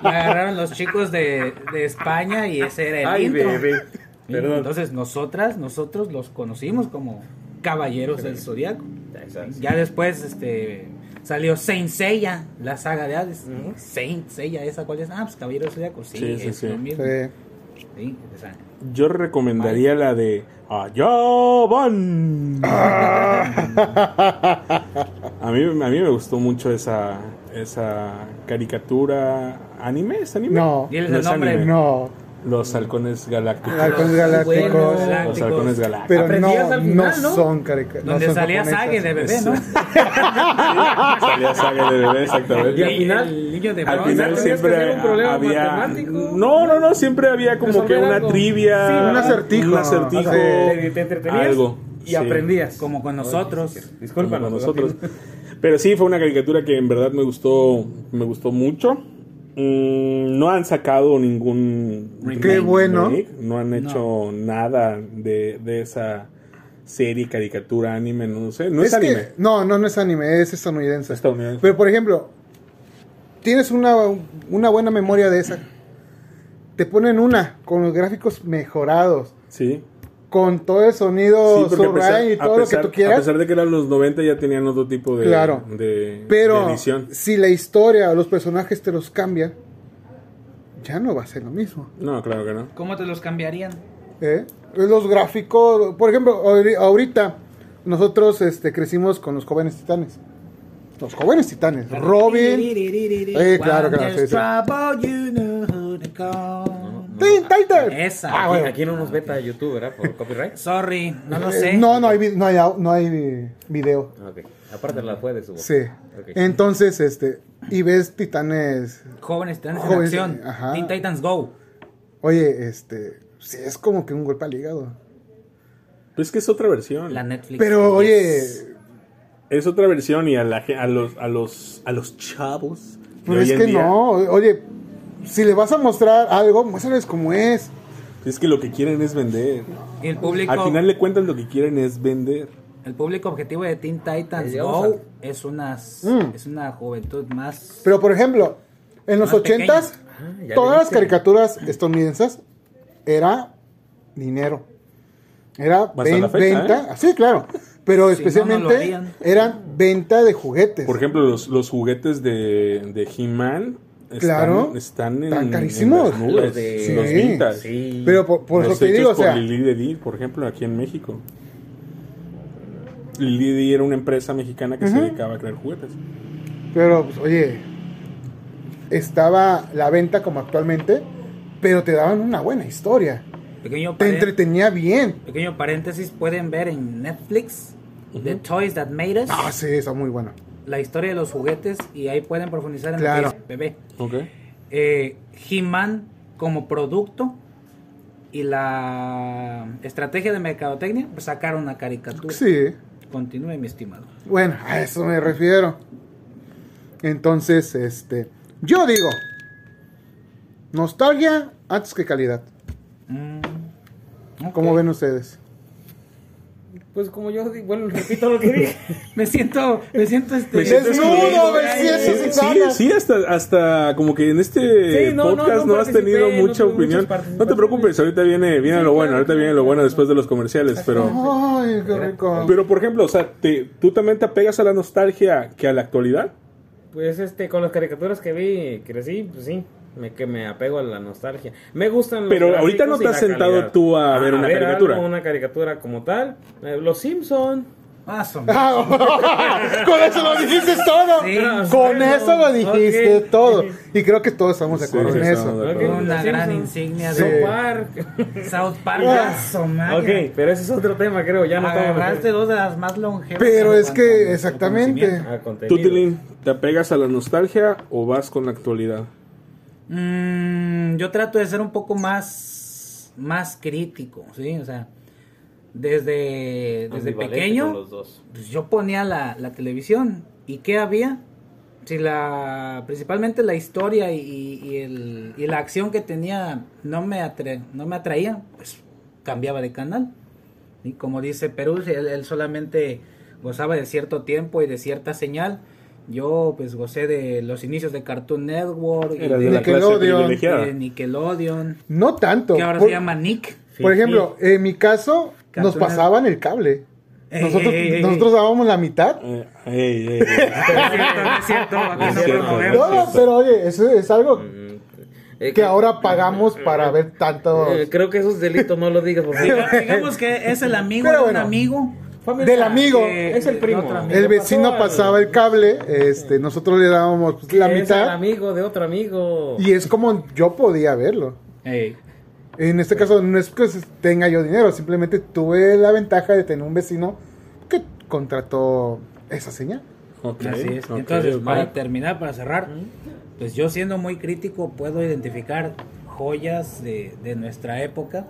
Speaker 1: La agarraron los chicos de, de España y ese era el
Speaker 4: Ay,
Speaker 1: intro.
Speaker 4: bebé.
Speaker 1: Y
Speaker 4: Perdón.
Speaker 1: Entonces nosotras, nosotros los conocimos como caballeros del zodiaco.
Speaker 4: Exacto.
Speaker 1: Ya después, este, salió Saint Seiya, la saga de Hades.
Speaker 4: Ujú.
Speaker 1: Saint Seiya, esa cuál es? Ah, pues caballeros del zodiaco. Sí,
Speaker 2: Sí, sí,
Speaker 1: es
Speaker 2: sí.
Speaker 1: lo mismo.
Speaker 3: Sí.
Speaker 1: Sí, esa.
Speaker 2: Yo recomendaría la de Allá van.
Speaker 3: Ah.
Speaker 2: a, mí, a mí me gustó mucho esa, esa caricatura. ¿Anime? ¿Es anime?
Speaker 3: No.
Speaker 1: Diles
Speaker 2: No
Speaker 1: el
Speaker 2: es
Speaker 1: nombre.
Speaker 2: anime.
Speaker 3: No.
Speaker 2: Los halcones galácticos.
Speaker 3: Halcones
Speaker 1: Los
Speaker 3: galácticos.
Speaker 1: buenos
Speaker 2: Los halcones galácticos.
Speaker 3: Pero
Speaker 4: Aprendías
Speaker 3: no,
Speaker 4: al final,
Speaker 3: no
Speaker 4: ¿no?
Speaker 3: son caricaturas.
Speaker 1: Donde salía Sage
Speaker 3: Sage
Speaker 1: de bebé, ¿no?
Speaker 2: Salía saga de bebé,
Speaker 1: El-
Speaker 4: Y al
Speaker 2: exactamente.
Speaker 4: final-
Speaker 1: el niño de
Speaker 2: Al
Speaker 1: bronce.
Speaker 2: final
Speaker 4: tenías
Speaker 2: siempre
Speaker 4: que hacer un problema
Speaker 2: había.
Speaker 4: matemático.
Speaker 2: No, no, no, siempre había como que
Speaker 4: Resolver
Speaker 2: una
Speaker 4: algo.
Speaker 2: trivia.
Speaker 4: Sí,
Speaker 3: un acertijo.
Speaker 2: Un acertijo.
Speaker 4: Te, te entretenías
Speaker 2: algo.
Speaker 4: y
Speaker 2: sí.
Speaker 4: aprendías.
Speaker 1: Como con nosotros.
Speaker 4: Disculpa,
Speaker 2: como nosotros. (laughs) Pero sí, fue una caricatura que en verdad me gustó, me gustó mucho. Mm, no han sacado ningún.
Speaker 1: Remake.
Speaker 3: Qué bueno.
Speaker 2: remake, No han hecho nada de, de esa serie, caricatura, anime, no sé. No es,
Speaker 3: que-
Speaker 2: anime.
Speaker 3: no, no, no es anime, es estadounidense.
Speaker 2: Estadounidense.
Speaker 3: Pero por ejemplo, tienes una, una buena memoria de esa. Te ponen una con los gráficos mejorados,
Speaker 2: Sí.
Speaker 3: con todo el
Speaker 2: Sí,
Speaker 3: sonido
Speaker 2: porque a
Speaker 3: surround
Speaker 2: pesar,
Speaker 3: y todo
Speaker 2: a
Speaker 3: lo que
Speaker 2: pesar-
Speaker 3: tú
Speaker 2: a
Speaker 3: quieras.
Speaker 2: pesar de que eran los 90 ya tenían otro tipo de,
Speaker 3: Claro.
Speaker 2: de, de
Speaker 3: Pero
Speaker 2: edición.
Speaker 3: si la historia o los personajes te los cambian, ya no va a ser lo mismo.
Speaker 2: No, claro que no.
Speaker 1: ¿Cómo te los cambiarían?
Speaker 3: ¿eh? Los gráficos, por ejemplo, ahori- ahorita nosotros este, crecimos con los jóvenes titanes. Los jóvenes titanes. Robin.
Speaker 1: Eh,
Speaker 3: claro, claro, sí, sí. Teen Titans.
Speaker 1: Esa.
Speaker 3: Ah, bueno.
Speaker 4: Aquí no nos veta YouTube, ¿verdad? Por copyright.
Speaker 1: Sorry, no lo
Speaker 3: Eh,
Speaker 1: sé.
Speaker 3: No, no hay, vi- no hay, au- no hay vi- video.
Speaker 4: Ok. Aparte la fue de su voz.
Speaker 3: Sí.
Speaker 4: Ok.
Speaker 3: Entonces, este, y ves titanes.
Speaker 1: Jóvenes Titanes en
Speaker 3: Jóvenes,
Speaker 1: acción.
Speaker 3: ajá.
Speaker 1: Teen Titans Go.
Speaker 3: Oye, este, sí, es como que un golpe al hígado.
Speaker 2: Pues es que es otra versión.
Speaker 1: La Netflix.
Speaker 3: Pero, oye,
Speaker 1: Yes.
Speaker 2: Es otra versión y a, la, ge- a, los, a, los, a los chavos. de
Speaker 3: pero
Speaker 2: hoy
Speaker 3: es
Speaker 2: en
Speaker 3: que
Speaker 2: día,
Speaker 3: no. Oye, si le vas a mostrar algo, muéstrales como es.
Speaker 2: Es que lo que quieren es vender.
Speaker 1: Y el público,
Speaker 2: Al final le cuentan lo que quieren es vender.
Speaker 1: el público objetivo de Teen Titans
Speaker 4: Eh, vamos
Speaker 1: Go es una
Speaker 3: Mm.
Speaker 1: es una juventud más
Speaker 3: Pero por ejemplo, en los
Speaker 1: Más
Speaker 3: ochentas,
Speaker 4: Ah, ya
Speaker 3: todas las
Speaker 4: leíste.
Speaker 3: caricaturas estadounidenses era dinero. Era
Speaker 2: Hasta la
Speaker 3: ven-
Speaker 2: fecha, ¿eh?
Speaker 3: venta. Sí, claro.
Speaker 1: Si
Speaker 3: Pero
Speaker 1: no, no lo
Speaker 3: especialmente
Speaker 1: harían.
Speaker 3: eran venta de juguetes.
Speaker 2: Por ejemplo, los, los juguetes de, de He-Man están,
Speaker 3: Claro.
Speaker 2: están en,
Speaker 3: Tan
Speaker 2: en
Speaker 3: carísimos.
Speaker 2: las nubes,
Speaker 4: Los de-
Speaker 2: en los
Speaker 3: Sí.
Speaker 2: vintage.
Speaker 4: Sí.
Speaker 3: Pero por, por
Speaker 2: Los
Speaker 3: eso te
Speaker 2: hechos
Speaker 3: digo, o
Speaker 2: por
Speaker 3: sea,
Speaker 2: Lili Didi, por ejemplo, aquí en México. Lili Didi era una empresa mexicana que se dedicaba a crear juguetes.
Speaker 3: pero pues, oye, estaba la venta como actualmente, pero te daban una buena historia.
Speaker 1: pequeño
Speaker 3: Te
Speaker 1: paren-
Speaker 3: entretenía bien.
Speaker 1: pequeño paréntesis pueden ver en Netflix The Toys That Made Us
Speaker 3: Ah, sí, está muy buena.
Speaker 1: la historia de los juguetes y ahí pueden profundizar en
Speaker 3: Claro.
Speaker 1: lo que es bebé
Speaker 2: Ok.
Speaker 1: eh, He-Man como producto y la estrategia de mercadotecnia pues, sacar una caricatura.
Speaker 3: Sí.
Speaker 1: Continúe, mi estimado.
Speaker 3: Bueno, a eso me refiero. Entonces, este, yo digo, nostalgia antes que calidad.
Speaker 1: Mm, ok.
Speaker 3: ¿Cómo ven ustedes?
Speaker 4: Pues como yo, di- bueno, (laughs) repito lo que dije.
Speaker 1: (laughs) Me siento, me siento este.
Speaker 2: Me siento
Speaker 3: Desnudo,
Speaker 2: excluido.
Speaker 3: me siento
Speaker 2: Sí,
Speaker 3: sin
Speaker 2: sí,
Speaker 3: ganas.
Speaker 2: sí, hasta, hasta como que en este
Speaker 4: Sí, no, no,
Speaker 2: podcast no,
Speaker 4: no
Speaker 2: has
Speaker 4: participé,
Speaker 2: tenido
Speaker 4: no
Speaker 2: mucha
Speaker 4: tuve
Speaker 2: opinión.
Speaker 4: muchas participaciones.
Speaker 2: No te preocupes, ahorita viene, viene lo bueno, ahorita viene lo bueno después de los comerciales, pero...
Speaker 3: Ay, qué rico.
Speaker 2: Pero, por ejemplo, o sea, te- ¿tú también te apegas a la nostalgia que a la actualidad?
Speaker 4: Pues este, con las caricaturas que vi, crecí, pues sí. Me, que me apego a la nostalgia. Me gustan los
Speaker 2: Pero ahorita
Speaker 4: gráficos
Speaker 2: no te
Speaker 4: y
Speaker 2: has
Speaker 4: la
Speaker 2: sentado
Speaker 4: calidad.
Speaker 2: tú a ver una caricatura.
Speaker 4: algo, una caricatura como tal. Eh, Los Simpson.
Speaker 1: Ah, son-
Speaker 3: Ah, (laughs) Con eso lo dijiste todo.
Speaker 1: Sí.
Speaker 3: Con eso lo dijiste
Speaker 4: Ok.
Speaker 3: todo. Y creo que todos estamos de
Speaker 2: Sí,
Speaker 3: acuerdo en
Speaker 2: sí, estamos
Speaker 3: eso.
Speaker 2: de
Speaker 4: Ok,
Speaker 2: acuerdo.
Speaker 1: Una
Speaker 4: Los
Speaker 1: gran
Speaker 4: Simpson.
Speaker 1: insignia
Speaker 4: South
Speaker 1: de (laughs)
Speaker 4: Park.
Speaker 1: South Park.
Speaker 3: Ah,
Speaker 1: Ah, su madre.
Speaker 4: ok, pero ese es otro tema, creo. Ya no estamos-
Speaker 1: Agarraste dos de las más longevas.
Speaker 3: Pero
Speaker 1: en
Speaker 3: es
Speaker 1: cuanto
Speaker 3: que,
Speaker 1: a
Speaker 3: exactamente.
Speaker 1: conocimiento.
Speaker 4: Ah,
Speaker 2: ¿Tú,
Speaker 4: contenido.
Speaker 2: Tilín, te apegas a la nostalgia o vas con la actualidad?
Speaker 1: Mm, yo trato de ser un poco más, más crítico, ¿sí? O sea, desde, desde
Speaker 4: Ambivalente
Speaker 1: pequeño.
Speaker 4: con los dos.
Speaker 1: pues yo ponía la, la televisión y qué había si la principalmente la historia y, y el- y la acción que tenía no me atre- no me atraía pues cambiaba de canal y como dice Perú si él, él solamente gozaba de cierto tiempo y de cierta señal yo pues gocé de los inicios de Cartoon Network y
Speaker 2: Eras de
Speaker 1: de,
Speaker 2: la clase
Speaker 3: Nickelodeon.
Speaker 2: privilegiada.
Speaker 1: de Nickelodeon
Speaker 3: No tanto.
Speaker 1: que ahora
Speaker 3: Por-
Speaker 1: se llama Nick
Speaker 3: Por ejemplo, en mi caso, nos
Speaker 1: Cartoon
Speaker 3: pasaban el cable.
Speaker 1: Ey,
Speaker 3: Nosotros,
Speaker 1: ey, ey,
Speaker 3: nosotros dábamos la mitad.
Speaker 2: Eh, ey, ey, ey.
Speaker 1: (laughs) No es cierto, no es cierto, aquí
Speaker 2: No es
Speaker 1: no
Speaker 2: cierto,
Speaker 1: promovemos.
Speaker 3: No, no, pero oye, eso es algo
Speaker 4: Eh,
Speaker 3: que ahora pagamos para ver tanto.
Speaker 4: eh, creo que eso es delito, no lo digas. por favor.
Speaker 1: Diga- Digamos que es el amigo
Speaker 3: Pero
Speaker 1: de
Speaker 3: bueno.
Speaker 1: un amigo.
Speaker 3: Del amigo.
Speaker 1: que-
Speaker 4: (laughs) Es el
Speaker 1: de
Speaker 4: primo.
Speaker 1: otro amigo.
Speaker 3: El vecino pasaba el cable, este, nosotros le dábamos pues, la
Speaker 4: Es el
Speaker 3: mitad
Speaker 4: amigo de otro amigo.
Speaker 3: y es como yo podía verlo.
Speaker 1: Ey,
Speaker 3: En este caso no es que tenga yo dinero, simplemente tuve la ventaja de tener un vecino que contrató esa señal.
Speaker 2: Ok,
Speaker 1: así es.
Speaker 2: ok, Ah,
Speaker 1: Entonces,
Speaker 2: ok.
Speaker 1: para terminar, para cerrar, pues yo siendo muy crítico puedo identificar joyas de, de nuestra época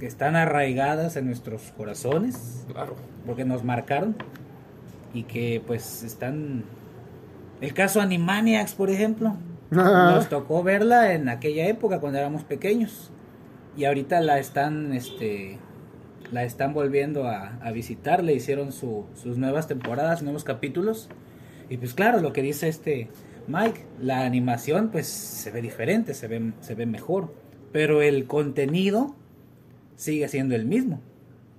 Speaker 1: que están arraigadas en nuestros corazones,
Speaker 4: Claro.
Speaker 1: porque nos marcaron y que pues están... El caso Animaniacs, por ejemplo.
Speaker 3: Ah. (laughs)
Speaker 1: Nos tocó verla en aquella época cuando éramos pequeños. Y ahorita la están, este, la están volviendo a, a visitar. Le hicieron su- sus nuevas temporadas, nuevos capítulos. Y pues claro, lo que dice este Mike, la animación pues se ve diferente, se ve, se ve mejor. Pero el contenido sigue siendo el mismo.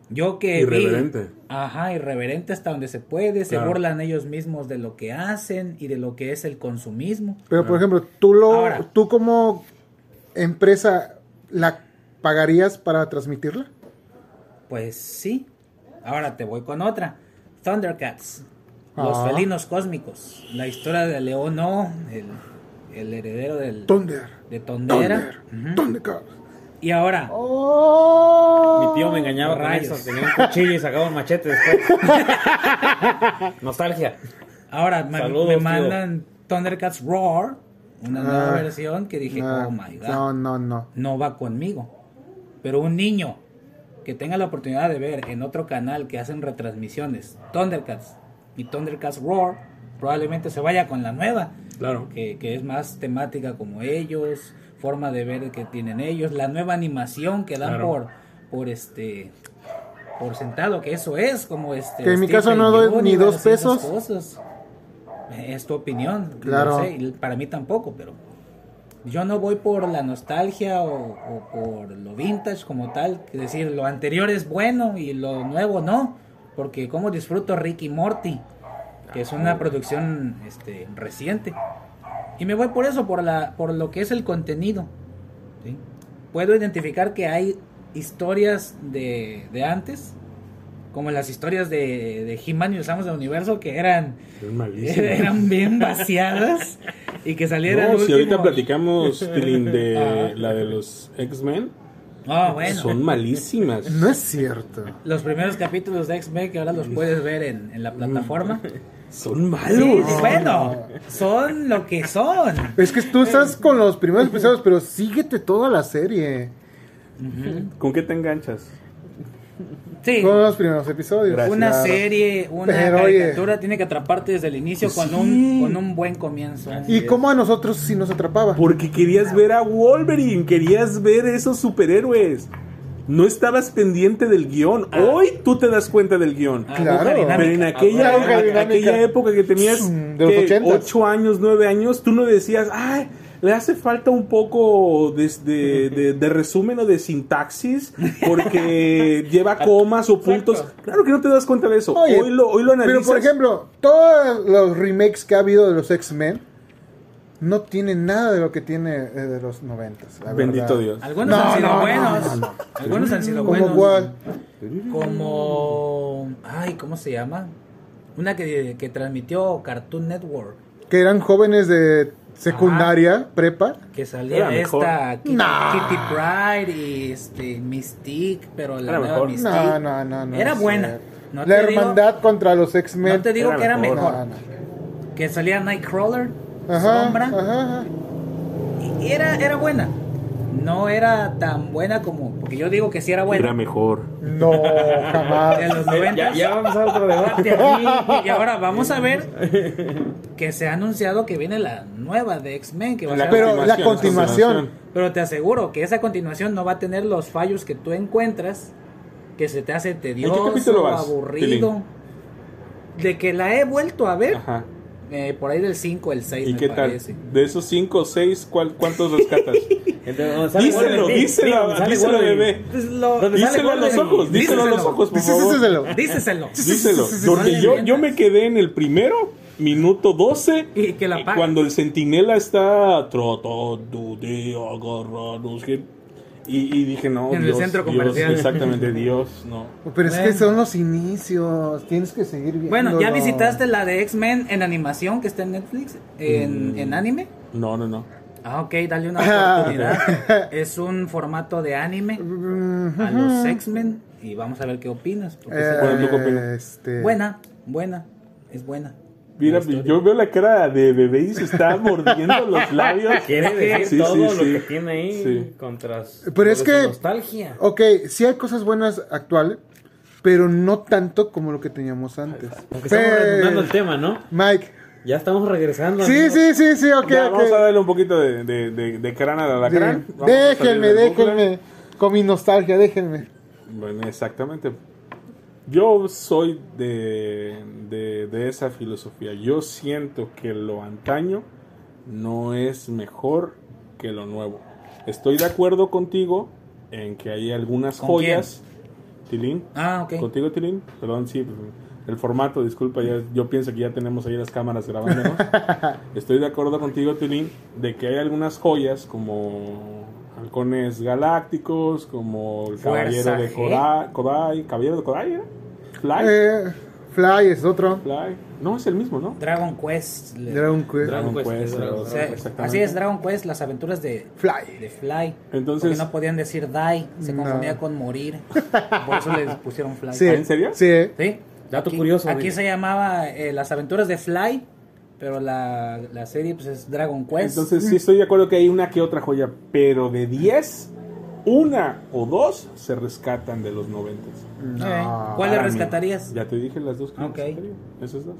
Speaker 1: Yo que... vi-
Speaker 2: Irreverente.
Speaker 1: ajá, irreverente hasta donde se puede. Se
Speaker 2: Claro.
Speaker 1: burlan ellos mismos de lo que hacen y de lo que es el consumismo.
Speaker 3: Pero por ejemplo, tú lo,
Speaker 1: Ahora.
Speaker 3: tú como empresa la pagarías para transmitirla?
Speaker 1: Pues sí. Ahora te voy con otra. Thundercats. Los
Speaker 3: Ah.
Speaker 1: felinos cósmicos. La historia de León No, el, el heredero del,
Speaker 3: Thunder.
Speaker 1: de
Speaker 3: Thunder.
Speaker 1: Tondera. Ujú.
Speaker 3: Thundercats.
Speaker 1: Y ahora,
Speaker 3: Oh.
Speaker 4: Mi tío me engañaba con
Speaker 1: Rayos.
Speaker 4: eso, tenía un cuchillo y sacaba un machete (laughs) después. Nostalgia.
Speaker 1: ahora me,
Speaker 4: Saludos,
Speaker 1: me
Speaker 4: tío.
Speaker 1: mandan Thundercats Roar, una nueva
Speaker 3: Ah.
Speaker 1: versión que dije,
Speaker 3: Ah,
Speaker 1: oh my god,
Speaker 3: No,
Speaker 1: no.
Speaker 3: no, no.
Speaker 1: va conmigo. Pero un niño que tenga la oportunidad de ver en otro canal que hacen retransmisiones Thundercats y Thundercats Roar, probablemente se vaya con la nueva.
Speaker 2: Claro.
Speaker 1: que, que es más temática como ellos, forma de ver que tienen ellos, la nueva animación que dan
Speaker 2: Claro.
Speaker 1: por, por este por sentado, que eso es como este
Speaker 3: Que en mi
Speaker 1: Steven
Speaker 3: caso no doy
Speaker 1: Universe
Speaker 3: ni
Speaker 1: y
Speaker 3: dos
Speaker 1: esas
Speaker 3: pesos.
Speaker 1: cosas. Es tu opinión,
Speaker 3: Claro.
Speaker 1: no sé, y para mí tampoco, pero yo no voy por la nostalgia o, o por lo vintage como tal, es decir, lo anterior es bueno y lo nuevo no, porque como disfruto Ricky Morty, que es una producción este, reciente. Y me voy por eso, por, la, por lo que es el contenido. ¿sí? Puedo identificar que hay historias de, de antes, como las historias de, de He-Man y los Amos del Universo, que eran,
Speaker 2: Es malísimo.
Speaker 1: eran bien vaciadas y que salieran.
Speaker 2: No, si
Speaker 1: último. (laughs)
Speaker 2: ahorita platicamos, Tilín,
Speaker 1: Ah.
Speaker 2: de la de los X-Men,
Speaker 1: Ah, bueno.
Speaker 2: son malísimas.
Speaker 3: No es cierto.
Speaker 1: Los primeros capítulos de X-Men que ahora los puedes ver en, en la plataforma.
Speaker 2: Son malos.
Speaker 1: Sí, bueno, son lo que son.
Speaker 3: Es que
Speaker 1: Eh.
Speaker 3: tú estás con los primeros episodios, pero síguete toda la serie.
Speaker 2: ¿Con qué te enganchas?
Speaker 1: Sí,
Speaker 3: Con los primeros episodios.
Speaker 2: Gracias.
Speaker 1: Una
Speaker 3: Claro.
Speaker 1: serie, una
Speaker 3: Pero, oye.
Speaker 1: caricatura tiene que atraparte desde el inicio con, un, con un buen comienzo.
Speaker 3: ¿Y cómo a nosotros si nos atrapaba?
Speaker 2: Porque querías ver a Wolverine, querías ver esos superhéroes. No estabas pendiente del guión. Hoy tú te das cuenta del guión.
Speaker 1: Ah,
Speaker 3: claro.
Speaker 1: aguja dinámica.
Speaker 2: Pero en aquella,
Speaker 3: Ah, bueno.
Speaker 2: a-
Speaker 3: Ah. Dinámica.
Speaker 2: aquella época que tenías
Speaker 3: Mm, de los
Speaker 2: ¿qué?
Speaker 3: ochentas.
Speaker 2: ocho años, nueve años, tú no decías, ay, le hace falta un poco de, de- de- de resumen o de sintaxis
Speaker 3: (laughs)
Speaker 2: porque lleva comas o puntos. Claro que no te das cuenta de eso.
Speaker 3: Oye,
Speaker 2: hoy, lo, hoy lo analizas.
Speaker 3: Pero por ejemplo, todos los remakes que ha habido de los X-Men no tienen nada de lo que tiene eh, de los noventas. la
Speaker 2: Bendito
Speaker 3: verdad.
Speaker 2: Dios.
Speaker 1: Algunos
Speaker 3: No,
Speaker 1: han sido
Speaker 3: no, no,
Speaker 1: buenos.
Speaker 3: no, no.
Speaker 1: Algunos han sido
Speaker 3: ¿Como
Speaker 1: buenos.
Speaker 3: cuál?
Speaker 1: Como. Ay, ¿cómo se llama? Una que, que transmitió Cartoon Network.
Speaker 3: Que eran jóvenes de secundaria, prepa.
Speaker 1: Que salía
Speaker 2: Era
Speaker 1: esta Kitty,
Speaker 3: Nah.
Speaker 1: Kitty Pride y este, Mystique, pero la
Speaker 2: Era
Speaker 1: nueva
Speaker 2: mejor.
Speaker 1: Mystique.
Speaker 3: No, no, no, no.
Speaker 1: Este, Era
Speaker 3: es
Speaker 1: buena.
Speaker 3: cierto.
Speaker 1: No
Speaker 3: la
Speaker 1: te digo-
Speaker 3: hermandad contra los X-Men.
Speaker 1: no te digo
Speaker 2: Era
Speaker 1: que era
Speaker 2: mejor.
Speaker 1: mejor.
Speaker 3: No, no.
Speaker 1: Que salía Nightcrawler,
Speaker 3: Ajá,
Speaker 1: Sombra.
Speaker 3: ajá, ajá.
Speaker 1: Y Era, era buena. No era tan buena como. Porque yo digo que sí era buena.
Speaker 2: Era mejor.
Speaker 3: No,
Speaker 1: de
Speaker 3: jamás.
Speaker 2: (laughs)
Speaker 1: los 90.
Speaker 4: Ya, ya vamos a otro debate.
Speaker 1: Y ahora vamos a ver
Speaker 2: (laughs)
Speaker 1: que se ha anunciado que viene la nueva de X-Men. que va a ser-
Speaker 3: Pero la
Speaker 2: continuación,
Speaker 3: continuación.
Speaker 1: pero te aseguro que esa continuación no va a tener los fallos que tú encuentras, que se te hace
Speaker 2: capítulo
Speaker 1: tedioso,
Speaker 2: vas,
Speaker 1: aburrido. De que la he vuelto a ver
Speaker 2: Ajá.
Speaker 1: eh, por ahí del 5 el 6,
Speaker 2: ¿Y
Speaker 1: me
Speaker 2: qué tal?
Speaker 1: parece.
Speaker 2: De esos cinco o seis, ¿cuál,
Speaker 3: (laughs)
Speaker 2: ¿cuántos rescatas?
Speaker 4: Entonces, ¿dónde sale
Speaker 2: díselo,
Speaker 4: Wolverine? Sí,
Speaker 2: díselo,
Speaker 4: ¿dónde sale
Speaker 2: díselo,
Speaker 4: Wolverine?
Speaker 2: bebé.
Speaker 1: Pues lo-
Speaker 4: ¿Dónde sale
Speaker 2: Díselo a los
Speaker 4: Wolverine?
Speaker 2: ojos, díselo a los
Speaker 1: Díselo.
Speaker 2: ojos, por
Speaker 3: Sí, sí,
Speaker 2: favor.
Speaker 3: sí, se lo-
Speaker 1: Díceselo.
Speaker 2: (laughs) Díselo,
Speaker 3: sí, sí, sí,
Speaker 1: no
Speaker 2: porque
Speaker 1: le
Speaker 2: yo,
Speaker 1: mientas.
Speaker 2: yo me quedé en el primero, minuto 12,
Speaker 1: Y que la
Speaker 2: y
Speaker 1: apague.
Speaker 2: cuando el centinela está tratando de agarrarnos. que- Y, y dije, no,
Speaker 1: En el
Speaker 2: Dios,
Speaker 1: centro
Speaker 2: Dios,
Speaker 1: comercial.
Speaker 2: exactamente, Dios, no.
Speaker 3: Pero es que
Speaker 1: Bueno.
Speaker 3: son los inicios. Tienes que seguir viendo.
Speaker 1: Bueno, ¿ya visitaste la de X-Men en animación que está en Netflix?
Speaker 2: Mm.
Speaker 1: ¿En, en anime?
Speaker 2: No, no, no.
Speaker 1: Ah, ok, dale
Speaker 3: (laughs)
Speaker 1: una
Speaker 3: Ah.
Speaker 1: oportunidad. es un formato de
Speaker 3: (laughs)
Speaker 1: anime
Speaker 3: Mm,
Speaker 1: a los X-Men y vamos a ver qué opinas. porque
Speaker 3: Eh,
Speaker 1: es
Speaker 2: Bueno, ¿tú qué opinas?
Speaker 3: este...
Speaker 1: buena, buena, es buena.
Speaker 2: Mira, yo veo la cara de bebé y se está mordiendo
Speaker 1: (laughs)
Speaker 2: los labios.
Speaker 4: Quiere decir
Speaker 2: Sí, sí,
Speaker 4: todo lo
Speaker 2: sí.
Speaker 4: que tiene ahí
Speaker 2: Sí.
Speaker 4: contra su-
Speaker 3: Pero es
Speaker 4: su
Speaker 3: que-
Speaker 4: nostalgia.
Speaker 2: Oh,
Speaker 3: Ok, sí hay cosas buenas actuales, pero no tanto como lo que teníamos antes.
Speaker 4: Aunque estamos
Speaker 3: Pero-
Speaker 4: retomando el tema, ¿no?
Speaker 3: Mike.
Speaker 4: Ya estamos regresando.
Speaker 3: Sí,
Speaker 4: amigos.
Speaker 3: sí, sí, sí, ok,
Speaker 2: Ya,
Speaker 3: ok.
Speaker 2: Vamos a darle un poquito de, de, de, de crán al alacrán.
Speaker 3: Sí.
Speaker 2: Vamos a salir
Speaker 3: Déjenme,
Speaker 2: de la búsqueda.
Speaker 3: déjenme. Con mi nostalgia, déjenme.
Speaker 2: Bueno, exactamente. Yo soy de, de, de esa filosofía. Yo siento que lo antaño no es mejor que lo nuevo. Estoy de acuerdo contigo en que hay algunas
Speaker 1: ¿Con
Speaker 2: joyas. Tilín.
Speaker 1: Ah, ok.
Speaker 2: ¿Contigo, Tilín? Perdón, sí. El formato, disculpa, ya- yo pienso que ya tenemos ahí las
Speaker 1: (laughs)
Speaker 2: cámaras grabándonos. Estoy de acuerdo contigo, Tilín, de que hay algunas joyas como Halcones Galácticos, como el
Speaker 1: Fuerza ¿eh?
Speaker 2: Caballero de
Speaker 1: G.
Speaker 2: Kodai, Kodai- ¿Caballero de Kodai era? Fly,
Speaker 3: Eh, Fly es otro.
Speaker 2: Fly. No, es el mismo, ¿no?
Speaker 1: Dragon Quest. le-
Speaker 3: Dragon Quest.
Speaker 4: Dragon Quest, Dragon
Speaker 2: era
Speaker 1: o
Speaker 2: otro,
Speaker 1: sea,
Speaker 2: exactamente.
Speaker 1: así es, Dragon Quest, las aventuras de,
Speaker 3: Fly.
Speaker 1: de Fly.
Speaker 2: Entonces-
Speaker 1: Porque no podían decir die, se
Speaker 3: No.
Speaker 1: confundía con morir. Por eso les pusieron Fly.
Speaker 3: Sí.
Speaker 2: ¿En serio?
Speaker 3: Sí.
Speaker 1: Sí.
Speaker 4: Dato
Speaker 1: Aquí-
Speaker 4: curioso,
Speaker 1: Aquí
Speaker 4: güey.
Speaker 1: se llamaba eh, Las aventuras de Fly, pero la, la serie pues, es Dragon Quest.
Speaker 2: Entonces sí estoy de acuerdo que hay una que otra joya, pero de 10, una o dos se rescatan de los 90.
Speaker 1: Eh, ¿Cuál le
Speaker 2: Para mí.
Speaker 1: rescatarías?
Speaker 2: Ya te dije las dos que
Speaker 1: Ok.
Speaker 2: rescataría, esas dos.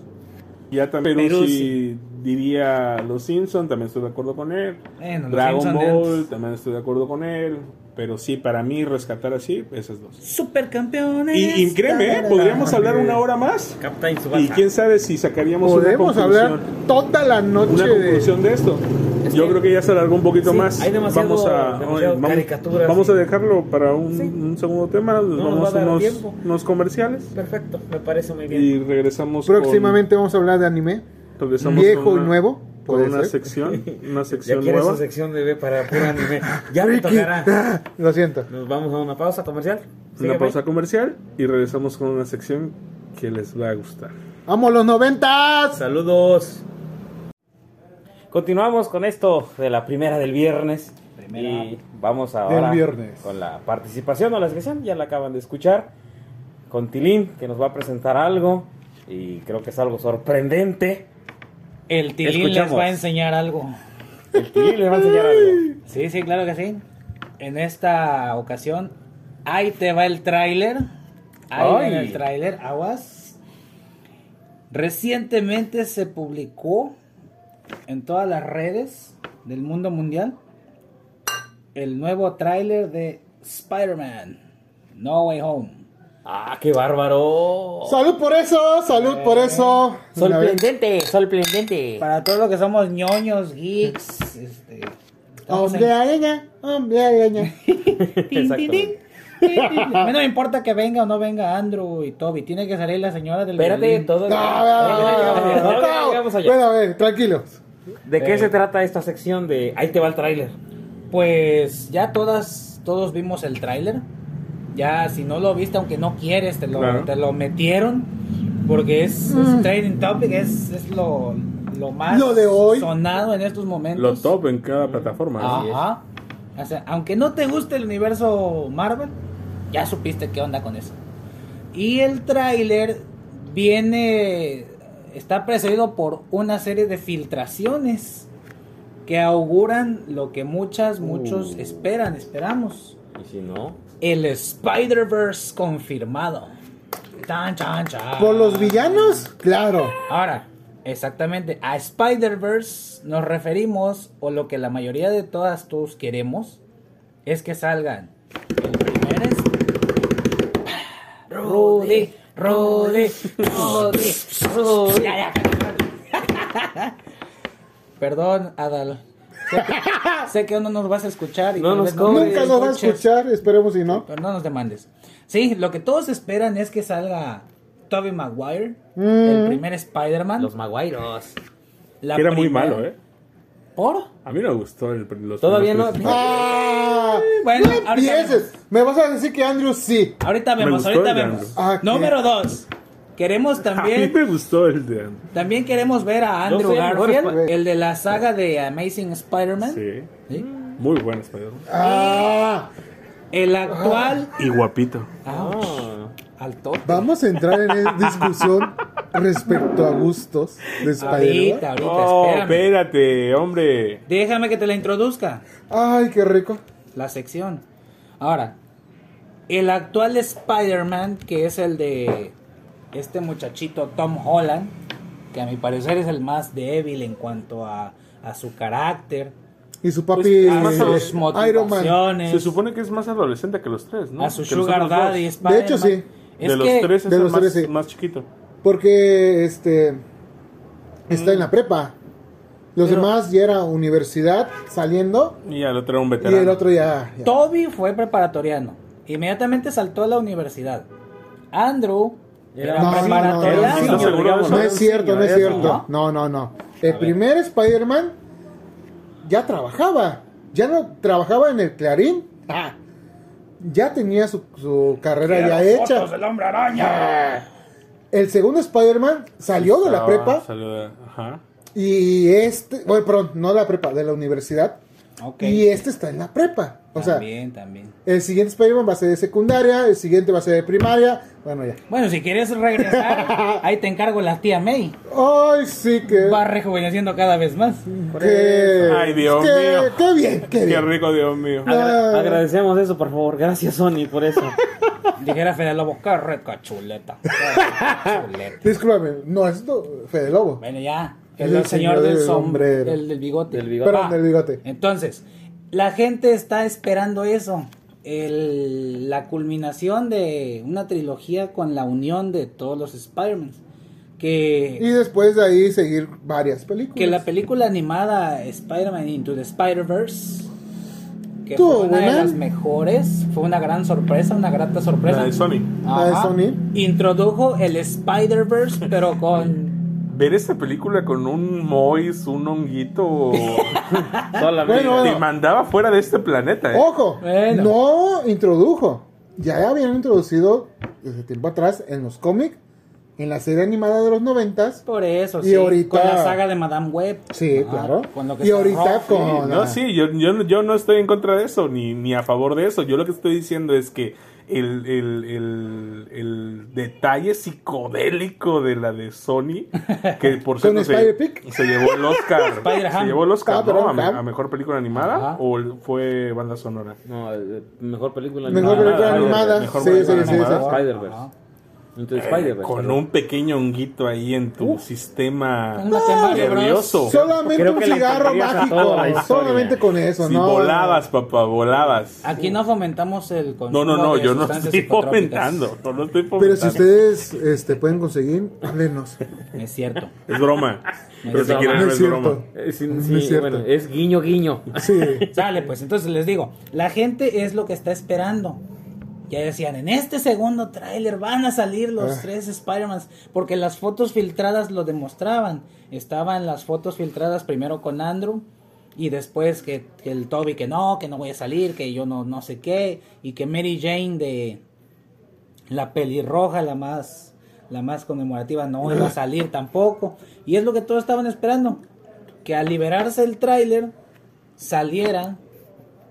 Speaker 2: Ya también Perú
Speaker 1: Perú,
Speaker 2: sí diría Los Simpson, también estoy de acuerdo con él.
Speaker 1: Bueno, Los
Speaker 2: Dragon
Speaker 1: Simpson de
Speaker 2: Ball,
Speaker 1: antes.
Speaker 2: también estoy de acuerdo con él. Pero sí, para mí rescatar así, esas dos.
Speaker 1: Supercampeones.
Speaker 2: Y, y créeme, ¿eh? podríamos hablar una hora más.
Speaker 4: Captain
Speaker 2: Y
Speaker 4: Tsubasa.
Speaker 2: quién sabe si sacaríamos una
Speaker 3: Podemos hablar
Speaker 2: conclusión
Speaker 3: toda la noche
Speaker 2: una
Speaker 3: de.
Speaker 2: conclusión de esto. Yo creo que ya se alargó un poquito
Speaker 4: Sí,
Speaker 2: más.
Speaker 4: hay demasiado-
Speaker 2: vamos a,
Speaker 4: demasiado
Speaker 2: vamos,
Speaker 4: caricaturas
Speaker 2: vamos
Speaker 4: y-
Speaker 2: a dejarlo para un, un segundo tema. Nos
Speaker 4: nos
Speaker 2: vamos
Speaker 4: va a
Speaker 2: a
Speaker 4: dar
Speaker 2: unos,
Speaker 4: tiempo.
Speaker 2: unos comerciales
Speaker 4: Perfecto, me parece muy bien.
Speaker 2: y regresamos. con-
Speaker 3: Próximamente vamos a hablar de anime.
Speaker 2: regresamos
Speaker 3: viejo
Speaker 2: con
Speaker 3: y nuevo,
Speaker 2: Con
Speaker 3: puede
Speaker 2: una
Speaker 3: ser.
Speaker 2: sección, una
Speaker 4: Ya
Speaker 2: sección
Speaker 4: quiere
Speaker 2: nueva.
Speaker 4: su sección bebé para puro anime.
Speaker 2: (laughs)
Speaker 4: Ya me tocará.
Speaker 3: (laughs) Lo siento.
Speaker 4: Nos vamos a una pausa comercial. Sigue, bye.
Speaker 2: Una pausa comercial y regresamos con una sección que les va a gustar.
Speaker 3: ¡Vamos los noventas!
Speaker 4: Saludos. Continuamos con esto de la primera del viernes.
Speaker 1: Primera.
Speaker 4: Y vamos ahora
Speaker 3: Del viernes.
Speaker 4: con la participación o la sección, ya la acaban de escuchar, con Tilín, que nos va a presentar algo, y creo que es algo sorprendente.
Speaker 1: El Tilín les
Speaker 4: Escuchamos.
Speaker 1: va a enseñar algo.
Speaker 4: El Tilín les va a enseñar algo.
Speaker 1: Sí, sí, claro que sí. En esta ocasión, ahí te va el tráiler. Ahí
Speaker 4: Ay.
Speaker 1: va el tráiler, aguas. Recientemente se publicó en todas las redes del mundo mundial el nuevo tráiler de Spider-Man No Way Home.
Speaker 4: ¡Ah, qué bárbaro!
Speaker 3: ¡Salud por eso! ¡Salud por eso! Una vez.
Speaker 4: Sorprendente, sorprendente.
Speaker 1: Para todos los que somos ñoños, geeks, este, estamos en-
Speaker 3: Hombre araña, hombre araña.
Speaker 1: Tin, tin,
Speaker 4: Exacto.
Speaker 1: tin. Tin, tin, tin. A mí no me importa que venga o no venga Andrew y Toby. Tiene que salir la señora del
Speaker 4: Espérate,
Speaker 1: violín.
Speaker 4: todo.
Speaker 3: No, no, no, no,
Speaker 4: Vamos
Speaker 3: no.
Speaker 4: allá.
Speaker 3: Bueno, a ver, tranquilos.
Speaker 4: ¿De qué
Speaker 1: Eh.
Speaker 4: se trata esta sección de Ahí te va el tráiler?
Speaker 1: Pues ya todas, todos vimos el tráiler. Ya si no lo viste, aunque no quieres, te lo,
Speaker 2: Claro.
Speaker 1: te lo metieron. Porque es, es trending topic, es, es lo, lo más
Speaker 3: Mm. Lo de hoy.
Speaker 1: sonado en estos momentos.
Speaker 2: Lo top en cada plataforma. ¿no?
Speaker 1: Ajá. O sea, aunque no te guste el universo Marvel, ya supiste qué onda con eso. Y el tráiler viene está precedido por una serie de filtraciones que auguran lo que muchas muchos
Speaker 4: Uh.
Speaker 1: esperan, esperamos.
Speaker 4: Y si no,
Speaker 1: El Spider-Verse confirmado. Chan, chan, chan.
Speaker 3: ¿Por los villanos? Claro.
Speaker 1: Ahora, exactamente, a Spider-Verse nos referimos, o lo que la mayoría de todas todos queremos, es que salgan. El primer es- Rudy, Rudy, Rudy, Rudy. Ya, ya. (laughs) Perdón, Adal. Sé que, sé que uno nos vas a escuchar y
Speaker 4: No
Speaker 1: tal
Speaker 4: nos
Speaker 1: vez
Speaker 4: cobres.
Speaker 3: Nunca lo va a
Speaker 1: escuches.
Speaker 3: escuchar, esperemos si
Speaker 1: (laughs)
Speaker 3: no.
Speaker 1: Pero no nos demandes. Sí, lo que todos esperan es que salga Tobey Maguire,
Speaker 3: Mm.
Speaker 1: el primer Spider-Man.
Speaker 4: los maguairos.
Speaker 1: La
Speaker 2: Que era muy
Speaker 1: primera-
Speaker 2: malo, ¿eh?
Speaker 1: ¿Por?
Speaker 2: A mí no me gustó el, los
Speaker 4: Todavía
Speaker 2: primeros
Speaker 4: no-
Speaker 2: tres.
Speaker 3: ¡Ah!
Speaker 1: Bueno,
Speaker 3: no
Speaker 1: ahorita-
Speaker 3: empieces. Me vas a decir que Andrew sí.
Speaker 1: Ahorita
Speaker 2: Me
Speaker 1: vemos,
Speaker 2: gustó
Speaker 1: ahorita
Speaker 2: el de
Speaker 1: vemos.
Speaker 3: Andrew. Ah, ¿qué?
Speaker 1: Número dos. Queremos
Speaker 2: (laughs) A mí
Speaker 1: también,
Speaker 2: me gustó el de Andrew.
Speaker 1: también queremos ver a
Speaker 4: Yo
Speaker 1: Andrew
Speaker 4: soy el mejor
Speaker 1: Garfield,
Speaker 3: Spider-
Speaker 1: el de la saga de Amazing Spider-Man.
Speaker 2: Sí.
Speaker 1: ¿sí?
Speaker 2: Muy buen spider
Speaker 3: ¡Ah!
Speaker 1: El actual. ah,
Speaker 2: Y guapito.
Speaker 4: Ah.
Speaker 1: Ouch,
Speaker 3: Oh.
Speaker 1: alto.
Speaker 3: Vamos a entrar en esa discusión respecto a gustos de
Speaker 4: Ah,
Speaker 1: Ahorita,
Speaker 3: Spider-Man.
Speaker 1: ahorita,
Speaker 2: Oh,
Speaker 1: espérame.
Speaker 2: espérate, hombre.
Speaker 1: Déjame que te la introduzca.
Speaker 3: ¡Ay, qué rico!
Speaker 1: la sección. Ahora, el actual Spider-Man, que es el de este muchachito Tom Holland, que a mi parecer es el más débil en cuanto a, a su carácter,
Speaker 3: Y su papi
Speaker 2: Pues,
Speaker 1: a
Speaker 2: más
Speaker 3: eh,
Speaker 1: sus
Speaker 3: Iron Man.
Speaker 1: motivaciones,
Speaker 2: Se supone que es más adolescente que los tres, ¿no?
Speaker 1: a su
Speaker 2: Que los
Speaker 1: sugar
Speaker 2: otros dos.
Speaker 1: daddy Spider-Man.
Speaker 3: De hecho, sí.
Speaker 1: Es
Speaker 2: de los
Speaker 1: que-
Speaker 2: tres es
Speaker 3: de
Speaker 2: el
Speaker 3: los
Speaker 2: más,
Speaker 3: tres, sí.
Speaker 2: más chiquito.
Speaker 3: Porque este está en la prepa. Los demás ya era universidad saliendo.
Speaker 2: Y al otro era un
Speaker 3: Y
Speaker 2: veterano.
Speaker 3: el otro ya. ya.
Speaker 1: Toby fue preparatoriano. Inmediatamente saltó a la universidad. Andrew era
Speaker 3: No, no, no,
Speaker 1: preparatoriano.
Speaker 3: era un
Speaker 2: ¿Estás
Speaker 3: niño,
Speaker 2: seguro de
Speaker 3: No
Speaker 2: eso?
Speaker 3: es cierto, no es
Speaker 4: Era un
Speaker 3: cierto. No, no, no. El primer Spider-Man ya trabajaba. ya no trabajaba en el Clarín, ah, ya tenía su, su carrera ya hecha.
Speaker 1: ¿eh?
Speaker 4: del hombre araña!
Speaker 3: El segundo Spider-Man salió de la
Speaker 2: Ah,
Speaker 3: prepa
Speaker 2: salió de- ajá.
Speaker 3: y este, bueno, perdón, no de la prepa, de la universidad.
Speaker 1: Ok.
Speaker 3: Y este está en la prepa. O sea,
Speaker 1: también, también.
Speaker 3: el siguiente Spider-Man va a ser de secundaria, el siguiente va a ser de primaria. Bueno, ya.
Speaker 1: Bueno, si quieres
Speaker 3: (laughs)
Speaker 1: regresar, ahí te encargo la tía May.
Speaker 3: Ay, sí que.
Speaker 1: Va rejuveneciendo cada vez más.
Speaker 3: que-
Speaker 2: Ay, Dios
Speaker 3: que-
Speaker 2: mío.
Speaker 3: Qué bien, qué
Speaker 2: Qué
Speaker 3: bien.
Speaker 2: rico, Dios mío.
Speaker 4: Agra-
Speaker 3: Ah.
Speaker 4: agradecemos eso, por favor. Gracias, Sony, por
Speaker 3: (laughs)
Speaker 4: eso.
Speaker 1: Dijera Fede Lobo, qué rica chuleta. qué
Speaker 3: (laughs)
Speaker 1: rica chuleta.
Speaker 3: Discúlpame, no es do- Fede Lobo.
Speaker 1: Bueno, ya.
Speaker 3: Es
Speaker 1: El,
Speaker 3: el
Speaker 1: señor
Speaker 3: señor
Speaker 1: del
Speaker 3: del sombrero.
Speaker 1: sombrero. El del bigote.
Speaker 4: Del bigote.
Speaker 1: Va.
Speaker 3: Perdón, del bigote.
Speaker 1: Entonces, la gente está esperando eso. El- la culminación de una trilogía con la unión de todos los Spider-Man. Que
Speaker 3: Y después de ahí seguir varias películas.
Speaker 1: Que la película animada Spider-Man Into the Spider-Verse, que
Speaker 3: Tuvo
Speaker 1: fue una de
Speaker 3: buena.
Speaker 1: las mejores, fue una gran sorpresa, una grata sorpresa.
Speaker 2: La de Sony.
Speaker 1: Ajá.
Speaker 3: La de Sony.
Speaker 1: Introdujo el Spider-Verse, pero con.
Speaker 2: Ver esta película con un Mois, un
Speaker 3: (laughs)
Speaker 2: honguito.
Speaker 4: Solamente.
Speaker 3: Bueno, Oh, bueno.
Speaker 2: Te mandaba fuera de este planeta, ¿eh?
Speaker 3: Ojo,
Speaker 1: Bueno.
Speaker 3: no introdujo. Ya habían introducido desde tiempo atrás en los cómics, en la serie animada de los noventas.
Speaker 1: Por eso,
Speaker 3: Y
Speaker 1: sí.
Speaker 3: ahorita-
Speaker 1: Con la saga de Madame Web.
Speaker 3: Sí,
Speaker 1: Ah,
Speaker 3: claro.
Speaker 1: con lo que
Speaker 3: y
Speaker 1: está
Speaker 3: ahorita
Speaker 1: Rocky.
Speaker 3: con.
Speaker 2: No, sí, yo, yo, yo no estoy en contra de eso, ni, ni a favor de eso. Yo lo que estoy diciendo es que el, el- el- el detalle psicodélico de la
Speaker 3: (laughs)
Speaker 2: de Sony, que por
Speaker 3: Con
Speaker 2: cierto se,
Speaker 3: Spider-Pig.
Speaker 2: se llevó
Speaker 3: (laughs)
Speaker 2: el Oscar,
Speaker 1: Spider-Ham.
Speaker 2: se llevó el Oscar
Speaker 3: Ah,
Speaker 2: ¿no?
Speaker 3: pero
Speaker 2: a, me-
Speaker 3: Ham.
Speaker 2: a mejor película animada
Speaker 1: Ajá.
Speaker 2: o el- fue banda sonora.
Speaker 4: No, eh, mejor película
Speaker 3: Mejor
Speaker 4: animada.
Speaker 3: película
Speaker 2: Ah,
Speaker 3: animada. Eh,
Speaker 2: mejor
Speaker 3: Sí, sí,
Speaker 2: película
Speaker 3: sí, sí.
Speaker 2: animada.
Speaker 4: Spider-Verse.
Speaker 1: Ajá.
Speaker 4: Into the Spider-Verse.
Speaker 2: Con
Speaker 4: perdón.
Speaker 2: un pequeño honguito ahí en tu sistema
Speaker 1: Un tema de
Speaker 2: nervioso.
Speaker 3: Solamente
Speaker 4: Creo
Speaker 3: un
Speaker 4: que le
Speaker 3: cigarro
Speaker 4: encantarías a
Speaker 3: mágico.
Speaker 4: toda la historia.
Speaker 3: Solamente con eso,
Speaker 2: Si
Speaker 3: ¿no? Ah,
Speaker 2: volabas, papá, volabas.
Speaker 1: Aquí no fomentamos el consumo
Speaker 2: No, no, no,
Speaker 1: de
Speaker 2: yo no
Speaker 1: sustancias
Speaker 2: estoy
Speaker 1: psicotrópicas.
Speaker 2: fomentando. No lo estoy fomentando.
Speaker 3: Pero si ustedes este, pueden conseguir, háblenos.
Speaker 1: Es cierto.
Speaker 3: (laughs)
Speaker 2: Es broma. Pero si
Speaker 4: broma.
Speaker 2: quieren
Speaker 3: No
Speaker 2: no
Speaker 3: es
Speaker 2: es
Speaker 3: cierto.
Speaker 2: broma.
Speaker 4: Eh, sí,
Speaker 3: No
Speaker 4: sí,
Speaker 3: es cierto.
Speaker 4: bueno, es guiño, guiño.
Speaker 1: (laughs)
Speaker 3: Sí.
Speaker 1: Sale, pues entonces les digo, la gente es lo que está esperando. Ya decían, en este segundo tráiler van a salir los
Speaker 3: Ah.
Speaker 1: tres Spider-Man, porque las fotos filtradas lo demostraban. Estaban las fotos filtradas primero con Andrew y después que, que el Toby que no, que no voy a salir, que yo no, no sé qué, y que Mary Jane de la pelirroja, la más, la más conmemorativa, no iba a salir tampoco. Y es lo que todos estaban esperando, que al liberarse el tráiler saliera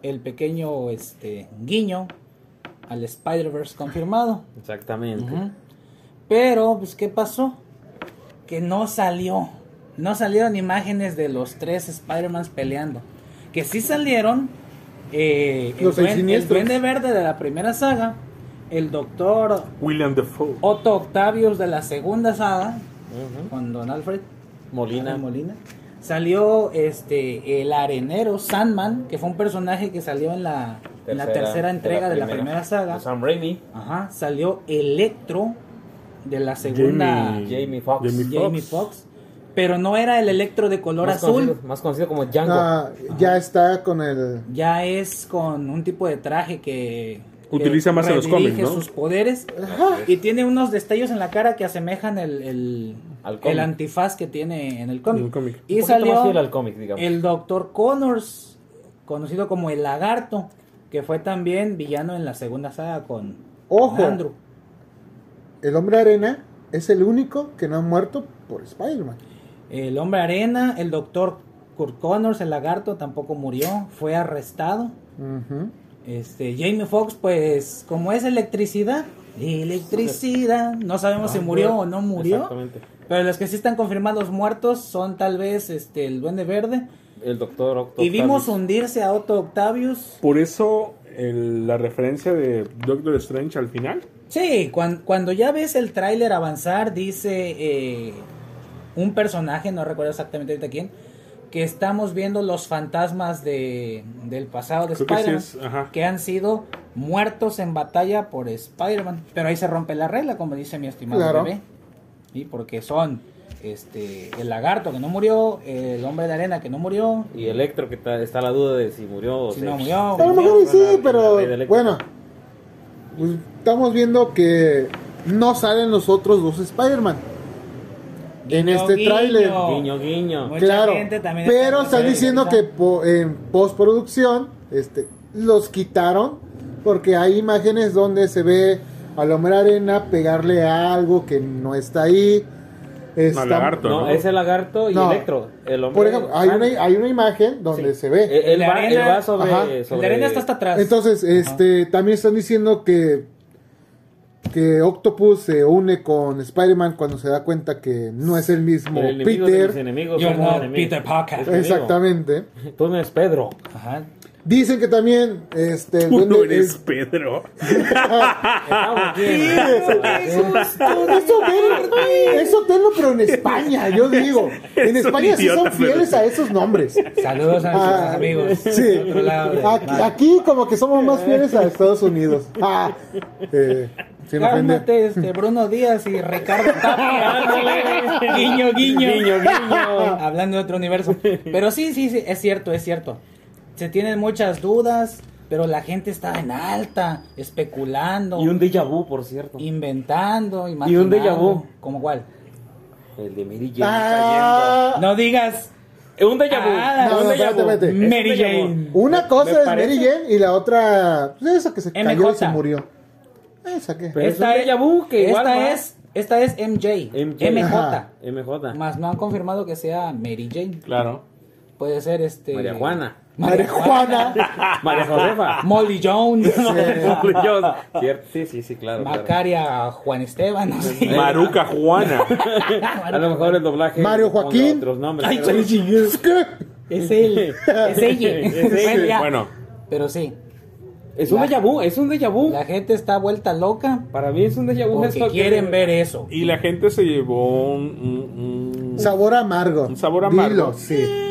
Speaker 1: el pequeño este guiño al Spider-Verse confirmado.
Speaker 4: Exactamente.
Speaker 1: Ujú. Pero, pues, ¿qué pasó? Que no salió. No salieron imágenes de los tres Spider-Man peleando. Que sí salieron eh, el,
Speaker 3: Los seis
Speaker 1: duen- el
Speaker 3: siniestros.
Speaker 1: Duende Verde de la primera saga, el Doctor
Speaker 2: William Defoe.
Speaker 1: Otto Octavius de la segunda saga,
Speaker 4: Ujú.
Speaker 1: con Don Alfred
Speaker 4: Molina.
Speaker 1: Alfred Molina. Salió este el arenero Sandman, que fue un personaje que salió en la, en la tercera entrega de la, primera saga.
Speaker 5: de Sam Raimi,
Speaker 1: Ajá, salió Electro de la segunda
Speaker 2: Jamie-
Speaker 5: Jamie Foxx.
Speaker 2: Jamie Foxx.
Speaker 1: Jamie Foxx, pero no era el Electro de color
Speaker 4: Más
Speaker 1: azul.
Speaker 4: conocido, más conocido como Django.
Speaker 3: Ah, ya está con el.
Speaker 1: Ya es con un tipo de traje que que
Speaker 2: Utiliza más en los
Speaker 1: redirige
Speaker 2: cómics, ¿no?
Speaker 1: sus poderes y tiene unos destellos en la cara que asemejan el, el,
Speaker 4: Al
Speaker 1: el
Speaker 4: cómic.
Speaker 1: antifaz que tiene en el
Speaker 2: En el
Speaker 1: cómic.
Speaker 2: cómic.
Speaker 1: Y
Speaker 4: Un poquito más
Speaker 1: salió
Speaker 4: fiel al cómic, digamos.
Speaker 1: el Doctor Connors, conocido como el Lagarto, que fue también villano en la segunda saga con, con
Speaker 3: Ojo.
Speaker 1: Andrew.
Speaker 3: El hombre arena es el único que no ha muerto por Spider-Man.
Speaker 1: El hombre arena, el doctor Kurt Connors, el lagarto, tampoco murió, fue arrestado.
Speaker 3: Ujú.
Speaker 1: Este, Jamie Foxx, pues, como es electricidad, electricidad, no sabemos si murió o no murió,
Speaker 4: Ah, Exactamente.
Speaker 1: pero los que sí están confirmados muertos son tal vez este, el Duende Verde.
Speaker 4: El doctor Octo.
Speaker 1: Y vimos hundirse a Otto Octavius.
Speaker 2: Por eso el- la referencia de Doctor Strange al final.
Speaker 1: Sí, cuan- cuando ya ves el tráiler avanzar, dice eh, un personaje, no recuerdo exactamente ahorita quién, que estamos viendo los fantasmas de, del pasado de
Speaker 2: Creo que sí
Speaker 1: Spider-Man,
Speaker 2: es, ajá.
Speaker 1: que han sido muertos en batalla por Spider-Man. Pero ahí se rompe la regla, como dice mi estimado
Speaker 3: Claro.
Speaker 1: bebé. Y porque son este el lagarto que no murió, el hombre de arena que no murió,
Speaker 4: Y Electro, que está, está la duda de si murió o
Speaker 1: si
Speaker 4: se- (laughs)
Speaker 1: no murió.
Speaker 3: A lo
Speaker 1: murió.
Speaker 3: mejor
Speaker 4: Con la-
Speaker 3: y sí,
Speaker 4: con la red
Speaker 3: pero
Speaker 4: eléctrica.
Speaker 3: bueno. pues, estamos viendo que no salen los otros dos Spider-Man. en
Speaker 1: Guiño,
Speaker 3: este
Speaker 1: guiño.
Speaker 3: tráiler.
Speaker 4: Guiño, guiño.
Speaker 1: Mucha
Speaker 3: Claro,
Speaker 1: gente también está
Speaker 3: pero
Speaker 1: en
Speaker 3: están
Speaker 1: serie
Speaker 3: diciendo que
Speaker 1: ahorita.
Speaker 3: po- en postproducción este, los quitaron porque hay imágenes donde se ve al hombre arena pegarle a algo que no está ahí. Está-
Speaker 2: Al lagarto,
Speaker 4: No,
Speaker 2: ¿no?
Speaker 4: es el lagarto y
Speaker 3: No.
Speaker 4: Electro. El hombre
Speaker 3: Por ejemplo, hay una, hay una imagen donde
Speaker 4: Sí.
Speaker 3: se ve.
Speaker 4: Eh, Él,
Speaker 1: La
Speaker 4: va, él
Speaker 1: arena-
Speaker 4: va sobre.
Speaker 3: Ajá.
Speaker 1: La
Speaker 4: Eh, sobre-
Speaker 1: arena está hasta atrás.
Speaker 3: Entonces, este, también están diciendo que que Octopus se une con Spider-Man cuando se da cuenta que no es el mismo
Speaker 4: el enemigo de mis
Speaker 3: Peter.
Speaker 4: enemigos,
Speaker 1: Yo
Speaker 4: es mi
Speaker 1: no,
Speaker 4: enemigo.
Speaker 1: Peter Parker.
Speaker 4: Es mi amigo.
Speaker 3: Exactamente.
Speaker 4: Tú no eres Pedro.
Speaker 1: Ajá.
Speaker 3: Dicen que también este el
Speaker 2: Tú no
Speaker 3: duende-
Speaker 2: eres Pedro.
Speaker 4: (laughs) Ah,
Speaker 2: (laughs)
Speaker 4: ¿quién?
Speaker 1: (laughs)
Speaker 3: Eso, tenlo, eso tenlo, pero en España, yo digo. En
Speaker 2: Es un
Speaker 3: España sí son
Speaker 2: idiota, pero-
Speaker 3: fieles a esos nombres.
Speaker 1: Saludos a nuestros
Speaker 3: Ah,
Speaker 1: amigos.
Speaker 3: Sí.
Speaker 1: del otro lado de-
Speaker 4: Ah,
Speaker 3: Aquí, aquí como que somos más fieles a Estados Unidos. Ah, eh, sin ofender.
Speaker 1: Cálmate, este, Bruno Díaz y Ricardo
Speaker 4: (laughs)
Speaker 1: Tapia. guiño, guiño.
Speaker 4: Guiño, guiño.
Speaker 1: (laughs) Hablando de otro universo. Pero sí, sí, sí, es cierto, es cierto. Se tienen muchas dudas, pero la gente está en alta, especulando,
Speaker 4: Y un déjà vu, por cierto.
Speaker 1: inventando, imaginando.
Speaker 4: déjà vu.
Speaker 1: ¿Cómo cuál?
Speaker 4: El de Mary Jane
Speaker 3: Ah,
Speaker 1: No digas.
Speaker 4: está yendo. Un déjà vu.
Speaker 1: Ah,
Speaker 3: no,
Speaker 4: un
Speaker 3: no,
Speaker 4: déjà
Speaker 3: espérate,
Speaker 4: vu.
Speaker 3: espérate.
Speaker 4: Es un
Speaker 1: Mary
Speaker 4: déjà vu.
Speaker 1: Jane.
Speaker 3: Una
Speaker 4: Me
Speaker 3: cosa es
Speaker 4: parece-
Speaker 3: Mary Jane y la otra. pues, Esa que se cayó y
Speaker 1: MJ.
Speaker 3: se murió. Esa que.
Speaker 4: Pero es un déjà vu que igual
Speaker 1: esta
Speaker 4: va.
Speaker 1: es, esta es MJ.
Speaker 4: MJ.
Speaker 1: MJ.
Speaker 3: Ajá.
Speaker 4: MJ.
Speaker 1: Más no han confirmado que sea Mary Jane.
Speaker 2: Claro.
Speaker 1: Puede ser este.
Speaker 4: María Juana.
Speaker 3: María Juana.
Speaker 4: María
Speaker 1: (laughs)
Speaker 4: Josefa.
Speaker 1: Molly Jones.
Speaker 2: (laughs)
Speaker 4: Yo- Cierto, sí, sí, sí, claro. claro.
Speaker 1: Macaria Juan Esteban. no sé.
Speaker 2: (laughs)
Speaker 3: (laughs)
Speaker 2: Maruca Juana.
Speaker 4: A lo mejor el doblaje.
Speaker 3: Mario
Speaker 4: ponga
Speaker 3: Joaquín.
Speaker 4: Otros nombres,
Speaker 1: Ay,
Speaker 4: pero-
Speaker 1: soy chingados.
Speaker 2: Pues,
Speaker 1: Es él. Es ella.
Speaker 4: Es
Speaker 1: Bueno, ya.
Speaker 2: Bueno,
Speaker 1: Pero sí,
Speaker 4: Es un déjà vu, es un déjà vu.
Speaker 1: la gente está vuelta loca
Speaker 4: Para mí es un déjà vu.
Speaker 1: porque
Speaker 4: esto que-
Speaker 1: quieren ver eso.
Speaker 2: y la gente se llevó un, un- un-
Speaker 3: Sabor amargo.
Speaker 2: Un sabor amargo.
Speaker 3: Dilo, sí.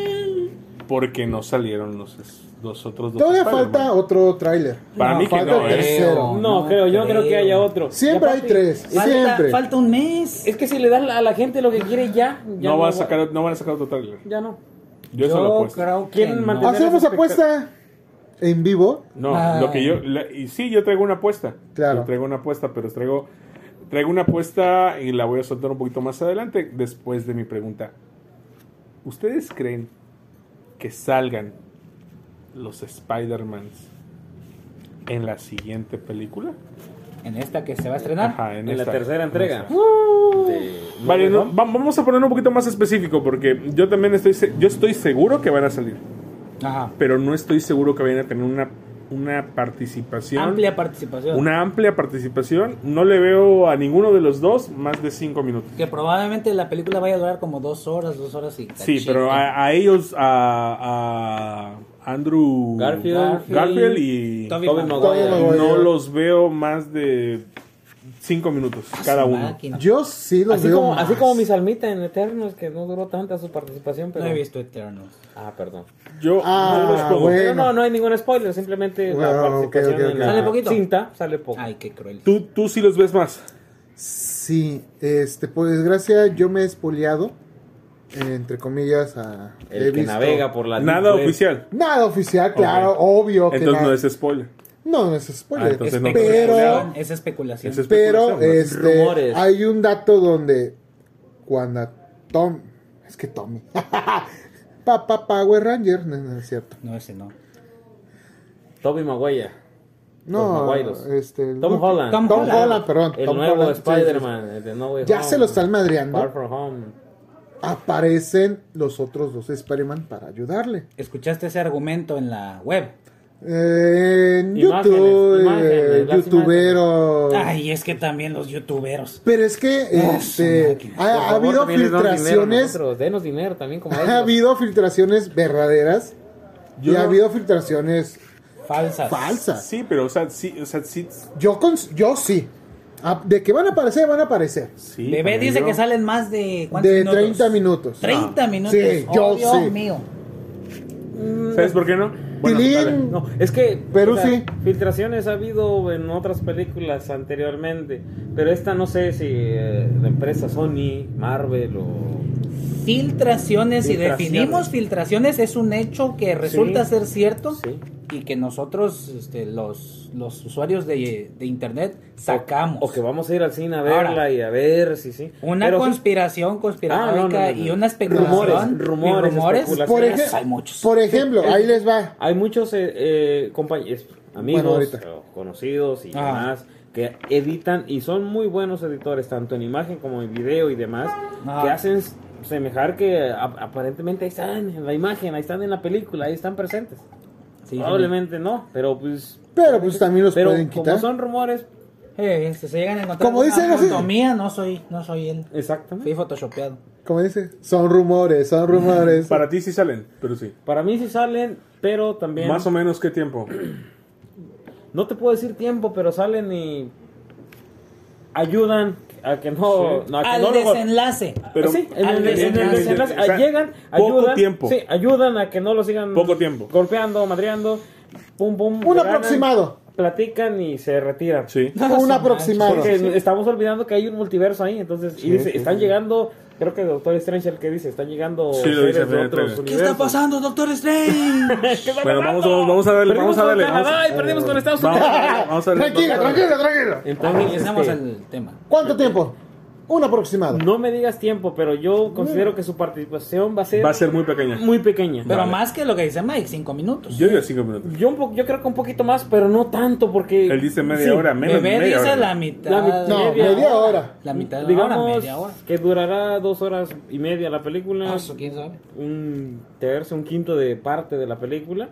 Speaker 2: porque no salieron los, es- los otros dos.
Speaker 3: Todavía
Speaker 2: Spider-Man.
Speaker 3: falta otro tráiler.
Speaker 2: Para mí que
Speaker 3: falta
Speaker 2: no,
Speaker 3: el
Speaker 2: ¿eh?
Speaker 3: tercero.
Speaker 4: No, creo, yo creo. que haya otro.
Speaker 3: Siempre
Speaker 4: Y
Speaker 3: hay
Speaker 4: aparte,
Speaker 3: tres.
Speaker 1: Falta,
Speaker 3: siempre.
Speaker 1: falta un mes.
Speaker 4: Es que si le dan a la gente lo que quiere ya. ya
Speaker 2: No, va a sacar, no van a sacar otro trailer.
Speaker 4: Ya no.
Speaker 2: Yo, eso lo apuesto.
Speaker 1: creo que
Speaker 4: ¿Quieren
Speaker 1: no.
Speaker 4: mantener-
Speaker 3: Hacemos apuesta en vivo.
Speaker 2: No,
Speaker 1: Ah.
Speaker 2: lo que yo. la- y sí, yo traigo una apuesta.
Speaker 3: Claro.
Speaker 2: Yo traigo una apuesta, pero traigo. Traigo una apuesta y la voy a soltar un poquito más adelante después de mi pregunta. ¿Ustedes creen que salgan los Spider-Mans en la siguiente película?
Speaker 1: En esta que se va a estrenar.
Speaker 4: En la
Speaker 2: esta.
Speaker 4: tercera entrega. De-
Speaker 2: Vale,
Speaker 4: ¿no?
Speaker 2: no, va- vamos a poner un poquito más específico porque yo también estoy, se- yo estoy seguro que van a salir,
Speaker 1: Ajá.
Speaker 2: pero no estoy seguro que vayan a tener una, una participación.
Speaker 1: Amplia participación.
Speaker 2: Una amplia participación. No le veo a ninguno de los dos más de cinco minutos.
Speaker 1: Que probablemente la película vaya a durar como dos horas, dos horas y.
Speaker 2: Sí, pero a, a ellos, a, a Andrew
Speaker 4: Garfield.
Speaker 2: Garfield, y
Speaker 1: Toby
Speaker 4: Tobey
Speaker 1: Maguire.
Speaker 4: Maguire.
Speaker 3: Tobey Maguire.
Speaker 2: no los veo más de cinco minutos
Speaker 1: Ah,
Speaker 2: cada uno.
Speaker 1: Máquina.
Speaker 3: Yo sí los
Speaker 4: Así
Speaker 3: veo.
Speaker 4: como, así
Speaker 3: más.
Speaker 4: como mi salmita en Eternos, que no duró tanta su participación, pero...
Speaker 1: No he visto Eternals.
Speaker 4: Ah, perdón.
Speaker 2: Yo
Speaker 3: Ah,
Speaker 2: no los pongo.
Speaker 3: bueno.
Speaker 4: Pero no, no hay ningún spoiler, simplemente la
Speaker 3: Bueno,
Speaker 4: participación
Speaker 3: ok, ok,
Speaker 4: en
Speaker 3: ok.
Speaker 4: la
Speaker 1: ¿Sale poquito?
Speaker 4: cinta sale poco.
Speaker 1: Ay, qué cruel.
Speaker 2: Tú, tú sí los ves más.
Speaker 3: Sí, este, por desgracia, yo me he espoleado. eh, Entre comillas, a.
Speaker 4: El
Speaker 3: he
Speaker 4: que
Speaker 3: visto-
Speaker 4: navega por la...
Speaker 2: Nada
Speaker 4: Deep Web.
Speaker 2: oficial.
Speaker 3: Nada oficial, claro,
Speaker 2: Ok.
Speaker 3: obvio. que
Speaker 2: Entonces
Speaker 3: na-
Speaker 2: no es spoiler.
Speaker 3: No, no es spoiler.
Speaker 2: Ah, entonces no.
Speaker 3: pero,
Speaker 1: Especulación, Es especulación.
Speaker 2: Ese es-
Speaker 3: pero
Speaker 2: especulación,
Speaker 4: ¿no?
Speaker 3: este,
Speaker 4: Rumores.
Speaker 3: hay un dato donde cuando Tom, es que Tommy, (laughs) papá Power Ranger, no, no es cierto.
Speaker 1: No, ese no.
Speaker 4: Tobey Maguire. Los
Speaker 3: No,
Speaker 4: Maguiros.
Speaker 3: este, el-
Speaker 4: Tom Holland.
Speaker 1: Tom
Speaker 3: Tom,
Speaker 1: Holland.
Speaker 3: Holland, perdón.
Speaker 4: El
Speaker 3: Tom
Speaker 4: nuevo
Speaker 3: Holland, sí, sí, sí.
Speaker 4: Spider-Man, el de No Way
Speaker 3: Ya
Speaker 4: Home,
Speaker 3: se lo están
Speaker 4: Far
Speaker 3: madreando.
Speaker 4: From Home.
Speaker 3: Aparecen los otros dos Spider-Man para ayudarle.
Speaker 1: ¿Escuchaste ese argumento en la web?
Speaker 3: Eh, en
Speaker 4: Imágenes,
Speaker 3: YouTube,
Speaker 4: imágenes,
Speaker 3: eh,
Speaker 4: las
Speaker 3: youtuberos.
Speaker 1: Ay, es que también los youtuberos.
Speaker 3: Pero es que este,
Speaker 1: máquina.
Speaker 3: ha,
Speaker 4: Por
Speaker 3: ha
Speaker 4: favor,
Speaker 3: habido
Speaker 4: también denos dinero a
Speaker 3: filtraciones
Speaker 4: nosotros, Denos dinero también como ellos.
Speaker 3: Ha habido filtraciones verdaderas
Speaker 2: Yo
Speaker 3: y ha
Speaker 2: no-
Speaker 3: habido filtraciones
Speaker 1: Falsas.
Speaker 3: falsas.
Speaker 2: Sí, pero o sea, sí, o sea, sí.
Speaker 3: Yo, cons- yo sí. Ah, De que van a aparecer, van a aparecer.
Speaker 2: sí,
Speaker 1: Bebé
Speaker 2: también
Speaker 1: dice
Speaker 2: yo.
Speaker 1: que salen más de. ¿cuántos
Speaker 3: De
Speaker 1: minutos?
Speaker 3: 30 minutos.
Speaker 1: 30 minutos.
Speaker 3: Sí, yo
Speaker 1: oh, Dios
Speaker 3: sí.
Speaker 1: mío.
Speaker 2: ¿Sabes por qué no?
Speaker 3: Tilín.
Speaker 2: dale.
Speaker 4: No, es que
Speaker 3: Pero
Speaker 4: o sea,
Speaker 3: sí.
Speaker 4: filtraciones ha habido en otras películas anteriormente, pero esta no sé si eh, la empresa Sony, Marvel o
Speaker 1: Filtraciones, si
Speaker 4: Filtraciones.
Speaker 1: definimos filtraciones, es un hecho que resulta
Speaker 4: Sí.
Speaker 1: ser cierto.
Speaker 4: sí.
Speaker 1: y que nosotros, este, los, los usuarios de, de internet, sacamos.
Speaker 4: O que vamos a ir al cine a verla
Speaker 1: Ahora.
Speaker 4: y a ver, sí, sí.
Speaker 1: Una
Speaker 4: Pero sí-
Speaker 1: conspiración conspiranoica
Speaker 4: Ah, no, no, no, no.
Speaker 1: y una especulación.
Speaker 4: Rumores, rumores,
Speaker 1: y rumores.
Speaker 4: especulaciones.
Speaker 1: Por
Speaker 3: Por,
Speaker 1: ej-
Speaker 3: eje-
Speaker 1: hay muchos.
Speaker 3: por ejemplo,
Speaker 4: Sí, es-
Speaker 3: ahí les va.
Speaker 4: Hay muchos eh, eh, compañeros,
Speaker 3: Bueno,
Speaker 4: amigos,
Speaker 3: ahorita.
Speaker 4: o conocidos y
Speaker 1: Ah.
Speaker 4: demás que editan y son muy buenos editores, tanto en imagen como en video y demás,
Speaker 1: Ah.
Speaker 4: que hacen semejar que a- aparentemente ahí están en la imagen, ahí están en la película, ahí están presentes.
Speaker 1: Sí, sí,
Speaker 4: Probablemente no, pero pues...
Speaker 3: Pero pues también los
Speaker 4: pero
Speaker 3: pueden
Speaker 4: como
Speaker 3: quitar.
Speaker 4: son rumores,
Speaker 1: Eh, este, se llegan a encontrar
Speaker 3: Como
Speaker 1: una
Speaker 3: dicen, así-
Speaker 1: anatomía, no soy, no soy él.
Speaker 4: exactamente.
Speaker 1: Fui photoshopeado.
Speaker 3: Como dice, son rumores, son rumores.
Speaker 2: Para ti sí salen, pero sí.
Speaker 4: Para mí sí salen, pero también...
Speaker 2: Más o menos qué
Speaker 1: (clears throat)
Speaker 2: tiempo.
Speaker 4: No te puedo decir tiempo, pero salen y ayudan a que no... a que
Speaker 1: Al
Speaker 4: no lo gol-
Speaker 1: desenlace.
Speaker 2: Pero
Speaker 4: sí, en
Speaker 1: al
Speaker 4: el, en el
Speaker 1: desenlace.
Speaker 4: desenlace,
Speaker 2: O sea,
Speaker 4: llegan,
Speaker 2: poco
Speaker 4: ayudan,
Speaker 2: tiempo.
Speaker 4: sí, ayudan a que no lo sigan
Speaker 2: Poco tiempo.
Speaker 4: golpeando, madreando, pum pum,
Speaker 3: Un
Speaker 4: le ganan,
Speaker 3: aproximado.
Speaker 4: platican y se retiran.
Speaker 2: Sí.
Speaker 3: Un aproximado.
Speaker 4: Porque estamos olvidando que hay un multiverso ahí, entonces y dice, están llegando, creo que el Doctor Strange el que dice, están llegando
Speaker 2: Sí, lo dice
Speaker 4: seres de
Speaker 2: Fede
Speaker 4: otros
Speaker 2: Trejo.
Speaker 1: ¿Qué está
Speaker 4: universos.
Speaker 1: pasando, Doctor
Speaker 4: (laughs)
Speaker 1: Strange?
Speaker 4: ¿Qué está
Speaker 2: Bueno, vamos,
Speaker 4: pasando?
Speaker 2: vamos, vamos a darle,
Speaker 4: Perdimos
Speaker 2: vamos a darle.
Speaker 4: con
Speaker 2: Vamos,
Speaker 4: Canadá y perdimos con Estados
Speaker 2: vamos,
Speaker 4: Unidos.
Speaker 2: vamos a darle.
Speaker 3: Tranquilo,
Speaker 2: vamos a darle.
Speaker 3: tranquilo, tranquilo.
Speaker 4: Entonces,
Speaker 1: Regresamos
Speaker 4: este,
Speaker 1: al tema.
Speaker 3: ¿Cuánto tiempo? Un aproximado.
Speaker 4: no me digas tiempo, pero yo considero que su participación va a ser,
Speaker 2: Va a ser muy pequeña.
Speaker 4: muy pequeña.
Speaker 1: Pero
Speaker 2: Vale.
Speaker 1: más que lo que dice Mike, cinco minutos.
Speaker 2: Yo digo cinco minutos.
Speaker 4: Yo, un po- yo creo que un poquito más, pero no tanto porque...
Speaker 2: Él dice media
Speaker 4: Sí,
Speaker 2: hora, menos de
Speaker 1: Bebé
Speaker 2: media
Speaker 1: dice
Speaker 2: hora.
Speaker 1: la mitad.
Speaker 4: La mi-
Speaker 3: No,
Speaker 4: media
Speaker 3: media
Speaker 4: hora.
Speaker 3: hora.
Speaker 1: La mitad de la
Speaker 4: Digamos
Speaker 1: hora, media hora.
Speaker 4: que durará dos horas y media la película,
Speaker 1: Ah, ¿Quién sabe?
Speaker 4: un tercio, un quinto de parte de la película,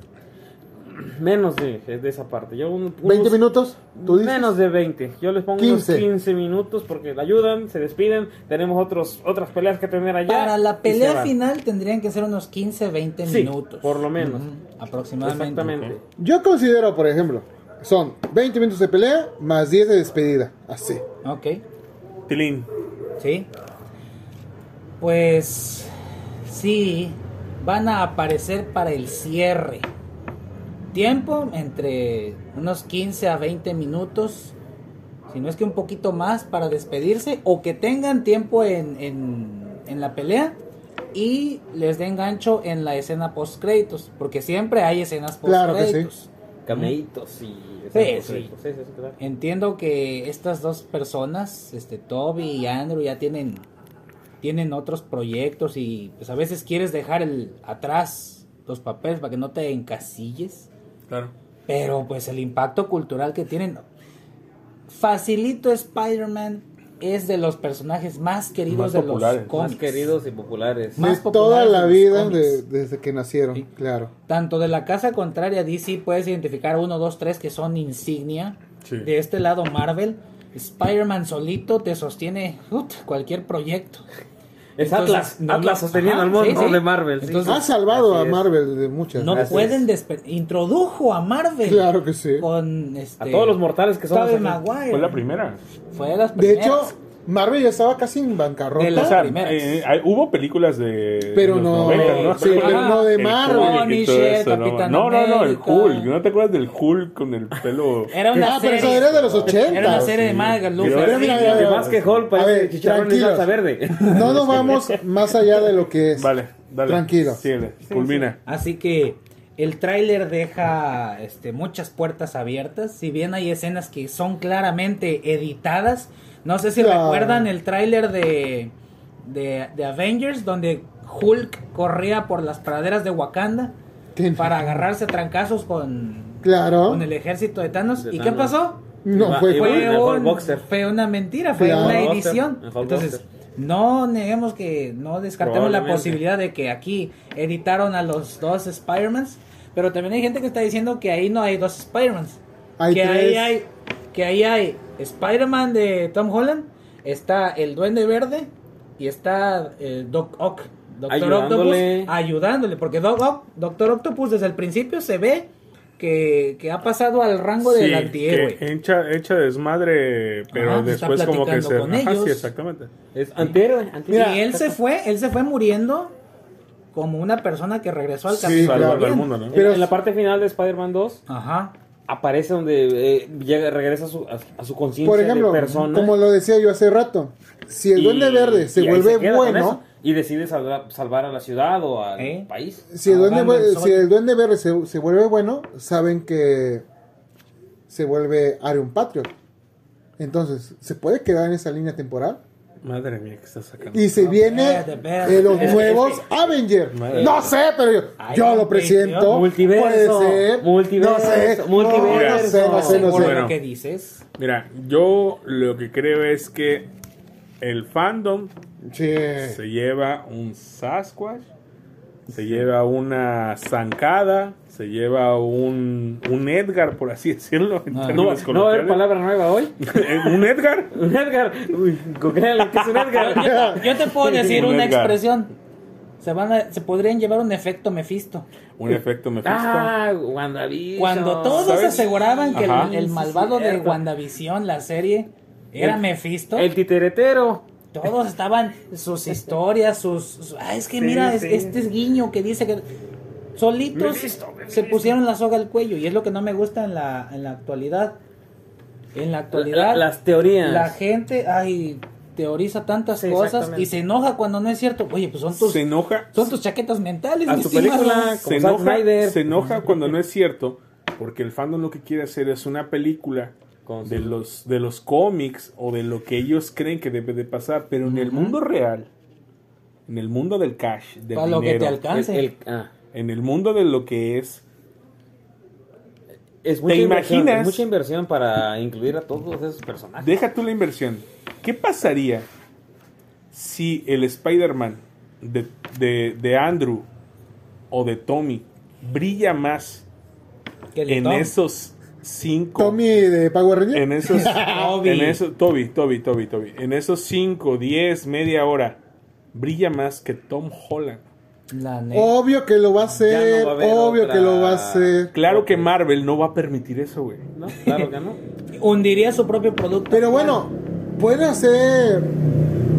Speaker 4: menos de, de esa parte. Yo un-
Speaker 3: ¿20
Speaker 4: unos-
Speaker 3: minutos? ¿Tú dices?
Speaker 4: Menos de 20. Yo les pongo
Speaker 3: 15.
Speaker 4: unos 15 minutos porque la ayudan, se despiden, tenemos otros otras peleas que tener allá.
Speaker 1: Para
Speaker 4: y
Speaker 1: la
Speaker 4: se
Speaker 1: pelea
Speaker 4: van.
Speaker 1: final tendrían que ser unos 15, 20
Speaker 4: Sí,
Speaker 1: minutos.
Speaker 4: por lo menos.
Speaker 1: Ujú, aproximadamente.
Speaker 4: Exactamente.
Speaker 3: Yo considero, por ejemplo, son 20 minutos de pelea más 10 de despedida. Así.
Speaker 1: Ok,
Speaker 2: Tilín.
Speaker 1: sí. Pues sí, van a aparecer para el cierre. Tiempo entre unos 15 a 20 minutos, si no es que un poquito más para despedirse o que tengan tiempo en, en, en la pelea y les den gancho en la escena post créditos, porque siempre hay escenas post
Speaker 3: Claro
Speaker 1: créditos.
Speaker 3: que sí.
Speaker 4: Cameitos y...
Speaker 1: Sí, sí.
Speaker 4: Pues sí, sí, claro.
Speaker 1: Entiendo que estas dos personas, este Toby y Andrew, ya tienen, tienen otros proyectos y pues a veces quieres dejar el, atrás los papeles para que no te encasilles.
Speaker 2: Claro.
Speaker 1: Pero pues el impacto cultural que tienen. Facilito Spider-Man es de los personajes más queridos
Speaker 2: Más
Speaker 1: de
Speaker 2: populares.
Speaker 1: los cómics.
Speaker 4: Más queridos y populares.
Speaker 1: Más
Speaker 3: de toda
Speaker 1: populares
Speaker 3: la
Speaker 1: en los
Speaker 3: vida,
Speaker 1: cómics.
Speaker 3: de- desde que nacieron,
Speaker 1: Sí.
Speaker 3: claro.
Speaker 1: Tanto de la casa contraria DC puedes identificar uno, dos, tres que son insignia.
Speaker 2: Sí.
Speaker 1: De este lado Marvel, Spider-Man solito te sostiene ut, cualquier proyecto.
Speaker 3: (laughs)
Speaker 4: Es
Speaker 1: Entonces,
Speaker 4: Atlas,
Speaker 1: no
Speaker 4: Atlas
Speaker 1: lo-
Speaker 4: sosteniendo
Speaker 1: Ajá,
Speaker 4: al mundo
Speaker 1: sí, sí.
Speaker 4: de Marvel. sí.
Speaker 1: Entonces,
Speaker 3: Ha salvado
Speaker 4: así
Speaker 3: a
Speaker 4: es.
Speaker 3: Marvel de muchas.
Speaker 1: No
Speaker 3: gracias.
Speaker 1: pueden despe- introdujo a Marvel.
Speaker 3: Claro que sí.
Speaker 1: Con este
Speaker 4: a todos los mortales que somos.
Speaker 1: Tobey
Speaker 4: aquí.
Speaker 1: Maguire.
Speaker 2: Fue la primera.
Speaker 1: Fue de las
Speaker 3: De
Speaker 1: primeras.
Speaker 3: hecho, Marvel ya estaba casi
Speaker 1: De la-
Speaker 3: en
Speaker 2: O
Speaker 1: Las
Speaker 3: bancarrota.
Speaker 2: sea,
Speaker 1: primeras.
Speaker 2: eh, hay- hubo películas de.
Speaker 3: Pero
Speaker 2: los
Speaker 3: no,
Speaker 2: 90,
Speaker 3: sí, pero
Speaker 1: Ajá.
Speaker 3: no de
Speaker 2: El
Speaker 3: Marvel.
Speaker 2: Hulk y todo
Speaker 1: Punisher,
Speaker 2: eso, no,
Speaker 1: Capitán
Speaker 2: no, no, no, el
Speaker 1: América.
Speaker 2: Hulk. ¿No te acuerdas del Hulk con el
Speaker 1: (laughs)
Speaker 2: pelo?
Speaker 1: Era una
Speaker 3: Ah, pero eso
Speaker 1: serie.
Speaker 3: era de los 80.
Speaker 1: Era una serie de
Speaker 2: Pero
Speaker 1: Magaluf.
Speaker 2: era-
Speaker 3: Pero mira, mira,
Speaker 4: Que
Speaker 3: mira.
Speaker 4: más que Hulk
Speaker 3: A
Speaker 4: parece
Speaker 3: ver,
Speaker 4: chicharrón y
Speaker 3: tranquilos.
Speaker 4: salsa verde. (laughs)
Speaker 3: No nos vamos más allá de lo que es.
Speaker 2: Vale, dale.
Speaker 3: Pues, Tranquilo.
Speaker 2: Síguele, culmina.
Speaker 1: Así que el tráiler deja este, muchas puertas abiertas. Si bien hay escenas que son claramente editadas, no sé si
Speaker 3: Claro.
Speaker 1: recuerdan el tráiler de, de, de Avengers donde Hulk corría por las praderas de Wakanda
Speaker 3: Ten-
Speaker 1: para agarrarse a trancazos con,
Speaker 3: Claro.
Speaker 1: con el ejército de Thanos.
Speaker 4: De
Speaker 1: ¿Y qué
Speaker 4: Thanos.
Speaker 1: pasó?
Speaker 3: No
Speaker 4: Iba-
Speaker 3: fue
Speaker 4: iba-
Speaker 3: Hulk.
Speaker 1: Fue,
Speaker 4: el
Speaker 1: un-
Speaker 4: Hulkbuster.
Speaker 1: fue una mentira, fue
Speaker 3: Claro.
Speaker 1: una
Speaker 4: Hulkbuster,
Speaker 1: edición.
Speaker 4: el Hulkbuster.
Speaker 1: Entonces, no neguemos que no descartemos la
Speaker 4: Probablemente.
Speaker 1: posibilidad de que aquí editaron a los dos Spider-Mans, pero también hay gente que está diciendo que ahí no hay dos Spider-Mans.
Speaker 3: Hay
Speaker 1: que ahí
Speaker 3: tres.
Speaker 1: hay que ahí hay Spider-Man de Tom Holland, está el Duende Verde y está eh, Doc Ock, Doctor
Speaker 4: Ayudándole.
Speaker 1: Octopus ayudándole, porque Doc Ock, Doctor Octopus desde el principio se ve que, que ha pasado al rango
Speaker 2: Sí,
Speaker 1: del antihéroe.
Speaker 2: que Hecha, hecha desmadre, pero
Speaker 1: Ajá,
Speaker 2: después
Speaker 1: está
Speaker 2: como que se.
Speaker 1: platicando con
Speaker 2: Ajá,
Speaker 1: ellos.
Speaker 2: sí, exactamente.
Speaker 4: Es antihéroe, antihéroe.
Speaker 3: Mira,
Speaker 1: y él se fue, él se fue muriendo como una persona que regresó al
Speaker 3: Sí,
Speaker 1: camino.
Speaker 2: Salvando
Speaker 3: claro.
Speaker 2: al mundo, ¿no?
Speaker 4: En-
Speaker 3: Pero-
Speaker 4: en la parte final de Spider-Man 2
Speaker 1: Ajá.
Speaker 4: aparece donde eh, llega, regresa a su, a, a su conciencia
Speaker 3: Por ejemplo,
Speaker 4: de persona.
Speaker 3: como lo decía yo hace rato, si el
Speaker 4: y-
Speaker 3: Duende Verde se
Speaker 4: y ahí
Speaker 3: vuelve
Speaker 4: queda con eso.
Speaker 3: bueno,
Speaker 4: Y decide salva- salvar a la ciudad o al
Speaker 1: ¿Eh?
Speaker 4: país.
Speaker 3: Si el,
Speaker 1: Ah,
Speaker 3: duende,
Speaker 1: Batman,
Speaker 3: verde-
Speaker 1: son-
Speaker 3: si el duende verde se, se vuelve bueno, saben que se vuelve Arion Patriot. Entonces, ¿se puede quedar en esa línea temporal?
Speaker 2: Madre mía, que estás sacando.
Speaker 3: Y se viene
Speaker 1: espérate, espérate.
Speaker 3: eh, los
Speaker 1: Es que-
Speaker 3: nuevos Avengers.
Speaker 2: Madre
Speaker 3: No sé, pero yo,
Speaker 1: Ay,
Speaker 3: yo
Speaker 1: Dios,
Speaker 3: lo presiento.
Speaker 4: multiverso,
Speaker 3: Puede ser.
Speaker 4: multiverso,
Speaker 3: No sé. no,
Speaker 4: multiverso.
Speaker 3: No sé, no sé, no sé.
Speaker 1: ¿Seguro
Speaker 2: Bueno.
Speaker 1: lo que dices?
Speaker 2: Mira, yo lo que creo es que el fandom
Speaker 3: Sí.
Speaker 2: se lleva un Sasquatch, se lleva una zancada, se lleva un, un Edgar, por así decirlo. en
Speaker 1: Ah, No,
Speaker 4: No,
Speaker 2: términos
Speaker 4: no va a
Speaker 1: ¿eh?
Speaker 4: haber
Speaker 2: coloquiales.
Speaker 4: palabra nueva hoy. (laughs)
Speaker 2: (laughs)
Speaker 1: (laughs)
Speaker 2: ¿Un Edgar?
Speaker 4: Un Edgar. Uy, googleale, ¿qué es un
Speaker 3: (laughs)
Speaker 4: Edgar?
Speaker 1: Yo, yo te puedo decir
Speaker 2: Un
Speaker 1: una
Speaker 2: Edgar.
Speaker 1: expresión. Se, van a- se podrían llevar un efecto Mephisto.
Speaker 2: Un efecto me
Speaker 4: ah, WandaVision.
Speaker 1: Cuando todos
Speaker 2: ¿sabes?
Speaker 1: aseguraban que el,
Speaker 2: Ajá.
Speaker 1: el malvado
Speaker 4: Sí,
Speaker 1: de
Speaker 4: cierto.
Speaker 1: WandaVision, la serie, era
Speaker 4: El-
Speaker 1: Mephisto,
Speaker 4: El titeretero.
Speaker 1: todos estaban sus historias, sus... su- ah, es que
Speaker 4: Sí,
Speaker 1: mira, es-
Speaker 4: sí.
Speaker 1: este es guiño que dice que... Solitos
Speaker 4: Mephisto, Mephisto.
Speaker 1: se pusieron la soga al cuello y es lo que no me gusta en la, en la actualidad. En la actualidad...
Speaker 4: La- las teorías.
Speaker 1: La gente, ay, teoriza tantas
Speaker 4: Sí,
Speaker 1: cosas
Speaker 4: exactamente.
Speaker 1: y se enoja cuando no es cierto. Oye, pues son tus,
Speaker 2: Se enoja.
Speaker 1: son tus chaquetas mentales.
Speaker 2: A
Speaker 1: mi
Speaker 2: su
Speaker 1: estimado.
Speaker 2: película
Speaker 4: como
Speaker 2: se
Speaker 4: Zack
Speaker 2: enoja,
Speaker 4: Snyder.
Speaker 2: se enoja cuando no es cierto, porque el fandom lo que quiere hacer es una película
Speaker 4: Con
Speaker 2: de
Speaker 4: su-
Speaker 2: los de los cómics o de lo que ellos creen que debe de pasar, pero en el mundo real, en el mundo del cash, del
Speaker 1: Para lo que te
Speaker 2: dinero,
Speaker 4: El-
Speaker 1: alcance.
Speaker 4: el- ah,
Speaker 2: en el mundo de lo que es
Speaker 4: es mucha inversión,
Speaker 2: imaginas?
Speaker 4: es mucha inversión para incluir a todos esos personajes.
Speaker 2: Deja tú la inversión. ¿Qué pasaría si el Spider-Man de, de- de Andrew o de Tommy brilla más
Speaker 1: que el de
Speaker 2: en
Speaker 1: Tom.
Speaker 2: esos cinco
Speaker 3: Tommy de Power Rangers.
Speaker 2: en esos
Speaker 1: Toby.
Speaker 2: en esos Toby, Toby, Toby, Toby. En esos 5, 10, media hora brilla más que Tom Holland.
Speaker 1: La neta.
Speaker 3: Obvio que lo va a hacer.
Speaker 4: Ya no va a haber
Speaker 3: obvio
Speaker 4: otra-
Speaker 3: que lo va a hacer.
Speaker 2: Claro que Marvel no va a permitir eso, güey.
Speaker 4: ¿No? Claro que no.
Speaker 1: Hundiría su propio producto.
Speaker 3: Pero bueno, puede hacer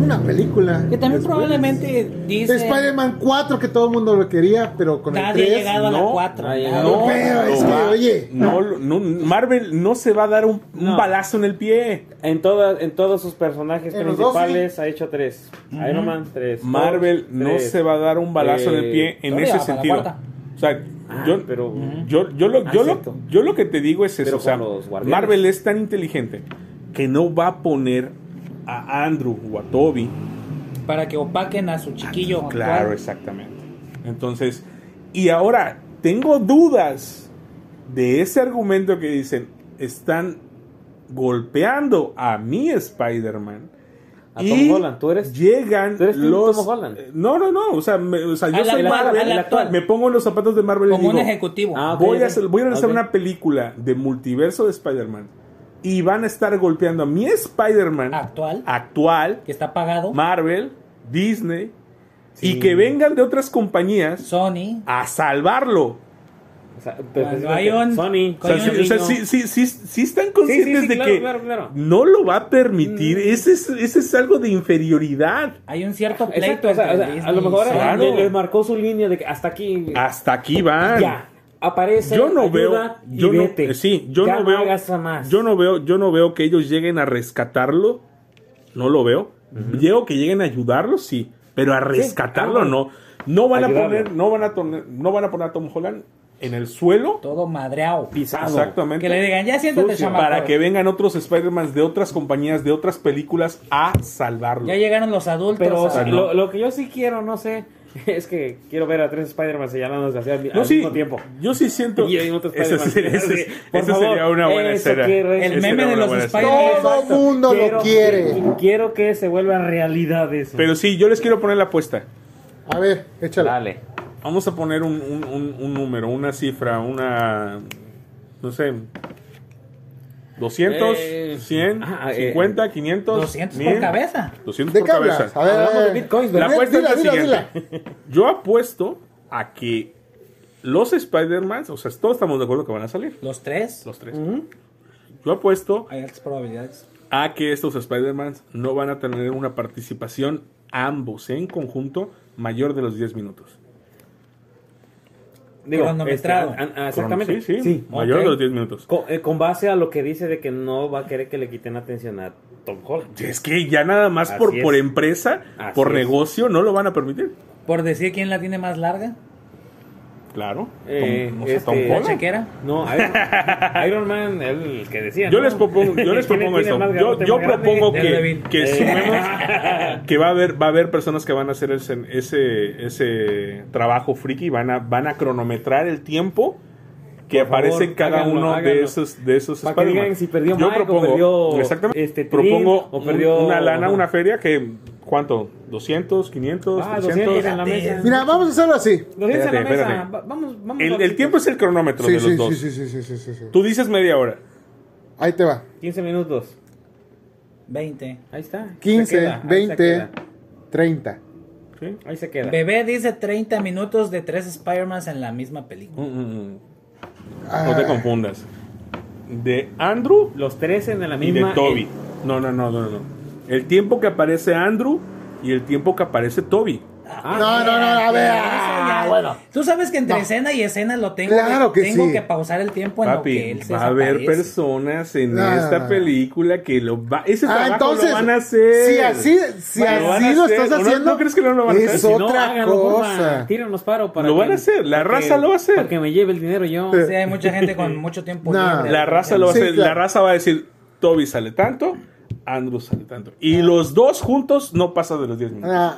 Speaker 3: una película.
Speaker 1: Que también
Speaker 3: después.
Speaker 1: probablemente
Speaker 3: De
Speaker 1: dice.
Speaker 3: Spider-Man 4 que todo el mundo lo quería, pero con
Speaker 1: Nadie ha
Speaker 3: el 3.
Speaker 1: llegado a la
Speaker 2: no,
Speaker 1: 4.
Speaker 4: nadie ha
Speaker 3: No,
Speaker 4: llegado.
Speaker 3: pero es que,
Speaker 2: va.
Speaker 3: oye.
Speaker 2: No, lo- no, Marvel no se va a dar un, un
Speaker 4: No.
Speaker 2: balazo en el pie.
Speaker 4: En, todas en todos sus personajes
Speaker 3: En los dos,
Speaker 4: principales ha hecho tres. Iron Man, tres.
Speaker 2: Marvel
Speaker 4: Thor,
Speaker 2: no
Speaker 4: tres.
Speaker 2: se va a dar un balazo en el
Speaker 4: Eh,
Speaker 2: pie en
Speaker 1: todavía va para
Speaker 2: ese
Speaker 1: la
Speaker 2: sentido.
Speaker 1: cuarta.
Speaker 2: O sea,
Speaker 4: Ah,
Speaker 2: yo,
Speaker 4: pero
Speaker 2: yo, yo, lo, yo, lo,
Speaker 4: Acepto.
Speaker 2: yo lo que te digo es eso.
Speaker 4: Pero
Speaker 2: o sea,
Speaker 4: con los guardianes.
Speaker 2: Marvel es tan inteligente que no va a poner a Andrew o a Toby
Speaker 1: Para que opaquen a su
Speaker 4: Ah,
Speaker 1: chiquillo.
Speaker 2: Ah, Claro,
Speaker 1: actual.
Speaker 2: exactamente. Entonces, y ahora tengo dudas de ese argumento que dicen, están golpeando a mi Spider-Man.
Speaker 4: A Tom
Speaker 2: y
Speaker 4: Holland, ¿tú eres-
Speaker 2: Llegan
Speaker 4: tú eres Team
Speaker 2: los.
Speaker 4: Tom Holland?
Speaker 2: Eh, No, no, no. O sea, me- o sea, yo
Speaker 1: Al
Speaker 2: soy
Speaker 1: actual,
Speaker 2: Marvel,
Speaker 1: al
Speaker 2: el
Speaker 1: actual.
Speaker 2: Me pongo en los zapatos de Marvel y
Speaker 1: Como un
Speaker 2: digo,
Speaker 1: ejecutivo.
Speaker 4: Ah, ok,
Speaker 2: voy, a
Speaker 4: ok.
Speaker 2: hacer, voy a lanzar
Speaker 4: Ok.
Speaker 2: una película de multiverso de Spider-Man y van a estar golpeando a mi Spider-Man
Speaker 1: Actual.
Speaker 2: actual
Speaker 1: Que está pagado.
Speaker 2: Marvel, Disney,
Speaker 4: Sí.
Speaker 2: y que vengan de otras compañías
Speaker 1: Sony.
Speaker 2: a salvarlo.
Speaker 4: O sea,
Speaker 1: Cuando hay un-
Speaker 4: Sony.
Speaker 2: O sea,
Speaker 1: Coño,
Speaker 2: sí, o sea,
Speaker 1: niño.
Speaker 2: sí, sí, sí, sí están conscientes
Speaker 4: Sí, sí, sí,
Speaker 2: de
Speaker 4: claro,
Speaker 2: que
Speaker 4: claro, claro. Mm.
Speaker 2: no lo va a permitir. Ese, es, ese es algo de inferioridad.
Speaker 1: Hay un cierto pleito.
Speaker 4: Exacto, o sea,
Speaker 1: entre
Speaker 4: o sea, a
Speaker 1: Disney
Speaker 4: lo
Speaker 1: y
Speaker 4: mejor
Speaker 1: Sony.
Speaker 2: Claro.
Speaker 4: le, le marcó su línea de que hasta aquí.
Speaker 2: Hasta aquí van.
Speaker 4: Ya. Aparece.
Speaker 2: Yo no
Speaker 4: ayuda
Speaker 2: veo,
Speaker 4: y
Speaker 2: yo no-
Speaker 4: vete.
Speaker 2: eh, sí, yo
Speaker 4: Ya
Speaker 2: no veo,
Speaker 4: hagas más.
Speaker 2: yo no veo, yo no veo que ellos lleguen a rescatarlo, no lo veo. Veo que lleguen a ayudarlo, sí, pero a rescatarlo
Speaker 4: ah,
Speaker 2: no. No van a
Speaker 4: ayudarlo.
Speaker 2: poner, no van a poner, no van a poner a Tom Holland en el suelo.
Speaker 1: Todo madreado.
Speaker 4: pisado.
Speaker 2: Exactamente.
Speaker 1: Que le digan, ya siéntate,
Speaker 2: Sucio.
Speaker 1: chamaco.
Speaker 2: Para que vengan otros Spider-Man de otras compañías, de otras películas a salvarlo.
Speaker 1: Ya llegaron los adultos.
Speaker 4: Pero
Speaker 1: a-
Speaker 4: o sea,
Speaker 2: Ah, no.
Speaker 4: lo, lo que yo sí quiero, no sé, (laughs) es que quiero ver a tres Spider-Man señalándose hacia al,
Speaker 2: No,
Speaker 4: al
Speaker 2: sí,
Speaker 4: mismo tiempo.
Speaker 2: Yo sí siento.
Speaker 4: Y hay
Speaker 2: (laughs)
Speaker 4: otro
Speaker 2: Esa
Speaker 4: Spider-Man.
Speaker 2: sería, esa-
Speaker 4: Sí, por
Speaker 2: esa
Speaker 4: favor,
Speaker 2: sería una buena
Speaker 4: eso
Speaker 2: escena.
Speaker 4: quiero, eso
Speaker 2: Esa
Speaker 1: El meme
Speaker 2: sería
Speaker 1: de
Speaker 2: una
Speaker 1: los
Speaker 2: buena escena.
Speaker 1: Spider-Man.
Speaker 3: Todo
Speaker 4: Exacto.
Speaker 3: mundo lo quiere.
Speaker 4: que- quiero que se vuelva realidad eso.
Speaker 2: Pero sí, yo les quiero poner la apuesta.
Speaker 3: A ver, échala.
Speaker 4: Dale.
Speaker 2: Vamos a poner un, un- un- un número, una cifra, una. No sé. 200,
Speaker 4: Eh,
Speaker 2: 100,
Speaker 4: ah, eh,
Speaker 2: 50, 500.
Speaker 1: 200 por
Speaker 2: 1000,
Speaker 1: cabeza.
Speaker 2: 200
Speaker 3: ¿De
Speaker 2: por
Speaker 3: qué
Speaker 2: cabeza.
Speaker 3: hablas? A ver,
Speaker 4: Hablamos
Speaker 3: a ver.
Speaker 4: de bitcoins,
Speaker 2: La
Speaker 4: ¿verdad?
Speaker 2: apuesta
Speaker 3: Dila,
Speaker 2: es la
Speaker 3: dila, dila.
Speaker 2: siguiente. (laughs) Yo apuesto a que los Spider-Man, o sea, todos estamos de acuerdo que van a salir,
Speaker 1: Los tres.
Speaker 2: los tres. Yo apuesto
Speaker 1: Hay altas probabilidades.
Speaker 2: a que estos Spider-Man no van a tener una participación ambos en conjunto mayor de los 10 minutos.
Speaker 1: Cronometrado.
Speaker 4: este, an- an- exactamente.
Speaker 2: Sí, sí, mayor
Speaker 4: ok.
Speaker 2: de los 10 minutos.
Speaker 4: Con, eh, con base a lo que dice de que no va a querer que le quiten atención a Tom Holland.
Speaker 2: Es que ya nada más por,
Speaker 4: Así es.
Speaker 2: por empresa,
Speaker 4: Así
Speaker 2: por
Speaker 4: es.
Speaker 2: negocio, no lo van a permitir.
Speaker 1: Por decir quién la tiene más larga,
Speaker 2: Claro.
Speaker 4: Eh,
Speaker 2: Tom- o sea,
Speaker 4: este-
Speaker 2: Tom
Speaker 1: la
Speaker 2: Holland.
Speaker 4: Hola.
Speaker 1: chequera.
Speaker 4: No, Iron,
Speaker 2: (laughs)
Speaker 4: Iron Man, el que decía.
Speaker 2: Yo
Speaker 4: ¿no?
Speaker 2: les propongo, yo les
Speaker 4: ¿Quién
Speaker 2: propongo
Speaker 4: (laughs) tiene
Speaker 2: esto.
Speaker 4: más
Speaker 2: Yo,
Speaker 4: garrote
Speaker 2: yo
Speaker 4: más grande?
Speaker 2: propongo que,
Speaker 1: Daredevil.
Speaker 2: que
Speaker 4: (laughs) Eh.
Speaker 2: sumemos que va a haber, va a haber personas que van a hacer ese, ese, ese trabajo friki, van a, van a cronometrar el tiempo que
Speaker 4: Por favor,
Speaker 2: aparece cada
Speaker 4: háganlo,
Speaker 2: uno de
Speaker 4: háganlo.
Speaker 2: esos, de esos
Speaker 4: Para que
Speaker 2: Spider-Man.
Speaker 4: digan si perdió Mike o perdió,
Speaker 2: exactamente,
Speaker 4: este, Clint,
Speaker 2: propongo
Speaker 4: o
Speaker 2: un-
Speaker 4: perdió-
Speaker 2: una lana, una feria que ¿cuánto? 200, 500,
Speaker 4: Ah,
Speaker 2: 300.
Speaker 4: 200 en la mesa.
Speaker 3: Mira, vamos a hacerlo así.
Speaker 4: Lo dice en la
Speaker 2: Espérate,
Speaker 4: mesa.
Speaker 2: espérate.
Speaker 4: Va- Vamos, vamos.
Speaker 2: El, el
Speaker 4: rapidito.
Speaker 2: tiempo es el cronómetro
Speaker 3: Sí,
Speaker 2: de los
Speaker 3: sí,
Speaker 2: dos.
Speaker 3: sí, sí, sí, sí, sí, sí, sí.
Speaker 2: Tú dices media hora.
Speaker 3: Ahí te va.
Speaker 4: 15 minutos.
Speaker 1: 20.
Speaker 4: Ahí está.
Speaker 3: 15,
Speaker 4: Se queda, ahí se
Speaker 3: 20,
Speaker 4: queda.
Speaker 3: 30.
Speaker 2: ¿sí?
Speaker 4: Ahí se queda.
Speaker 1: Bebé dice 30 minutos de tres Spider-Man en la misma película.
Speaker 2: Mm, mm, mm.
Speaker 3: Ah,
Speaker 2: No te confundas. De Andrew
Speaker 4: Los tres en la
Speaker 2: y
Speaker 4: misma. eh,
Speaker 2: de Toby. No, no, no, no, no, no. El tiempo que aparece Andrew y el tiempo que aparece Toby.
Speaker 4: Ah,
Speaker 3: No, no, no, a ver. ah, bueno.
Speaker 1: Tú sabes que entre
Speaker 3: No.
Speaker 1: escena y escena lo tengo.
Speaker 3: Claro que
Speaker 1: tengo
Speaker 3: sí.
Speaker 1: que pausar el tiempo en lo que
Speaker 2: Papi,
Speaker 1: él se
Speaker 2: va a haber
Speaker 1: desaparece.
Speaker 2: personas en
Speaker 3: No,
Speaker 2: esta
Speaker 3: no, no.
Speaker 2: película que lo va. Ese
Speaker 3: Ah,
Speaker 2: trabajo
Speaker 3: entonces,
Speaker 2: lo van a hacer.
Speaker 3: si así, si
Speaker 2: Lo van a
Speaker 3: así lo
Speaker 2: hacer.
Speaker 3: estás
Speaker 2: ¿O no-
Speaker 3: haciendo,
Speaker 2: ¿No crees que no lo van a
Speaker 3: es
Speaker 2: hacer?
Speaker 3: otro- Otra cosa.
Speaker 4: Tírenos paro para.
Speaker 2: Lo
Speaker 4: que-
Speaker 2: van a hacer, la
Speaker 4: para
Speaker 2: raza
Speaker 4: que-
Speaker 2: lo va a hacer.
Speaker 4: Para que me lleve el dinero yo.
Speaker 1: Sí, hay mucha gente
Speaker 2: (laughs)
Speaker 1: con mucho tiempo
Speaker 3: No.
Speaker 1: libre.
Speaker 2: La raza lo va a
Speaker 3: Sí,
Speaker 2: hacer.
Speaker 3: claro.
Speaker 2: La raza va a decir, Toby sale tanto, Andrew sale tanto. Y los dos juntos no pasa de los 10 minutos.
Speaker 3: Ah,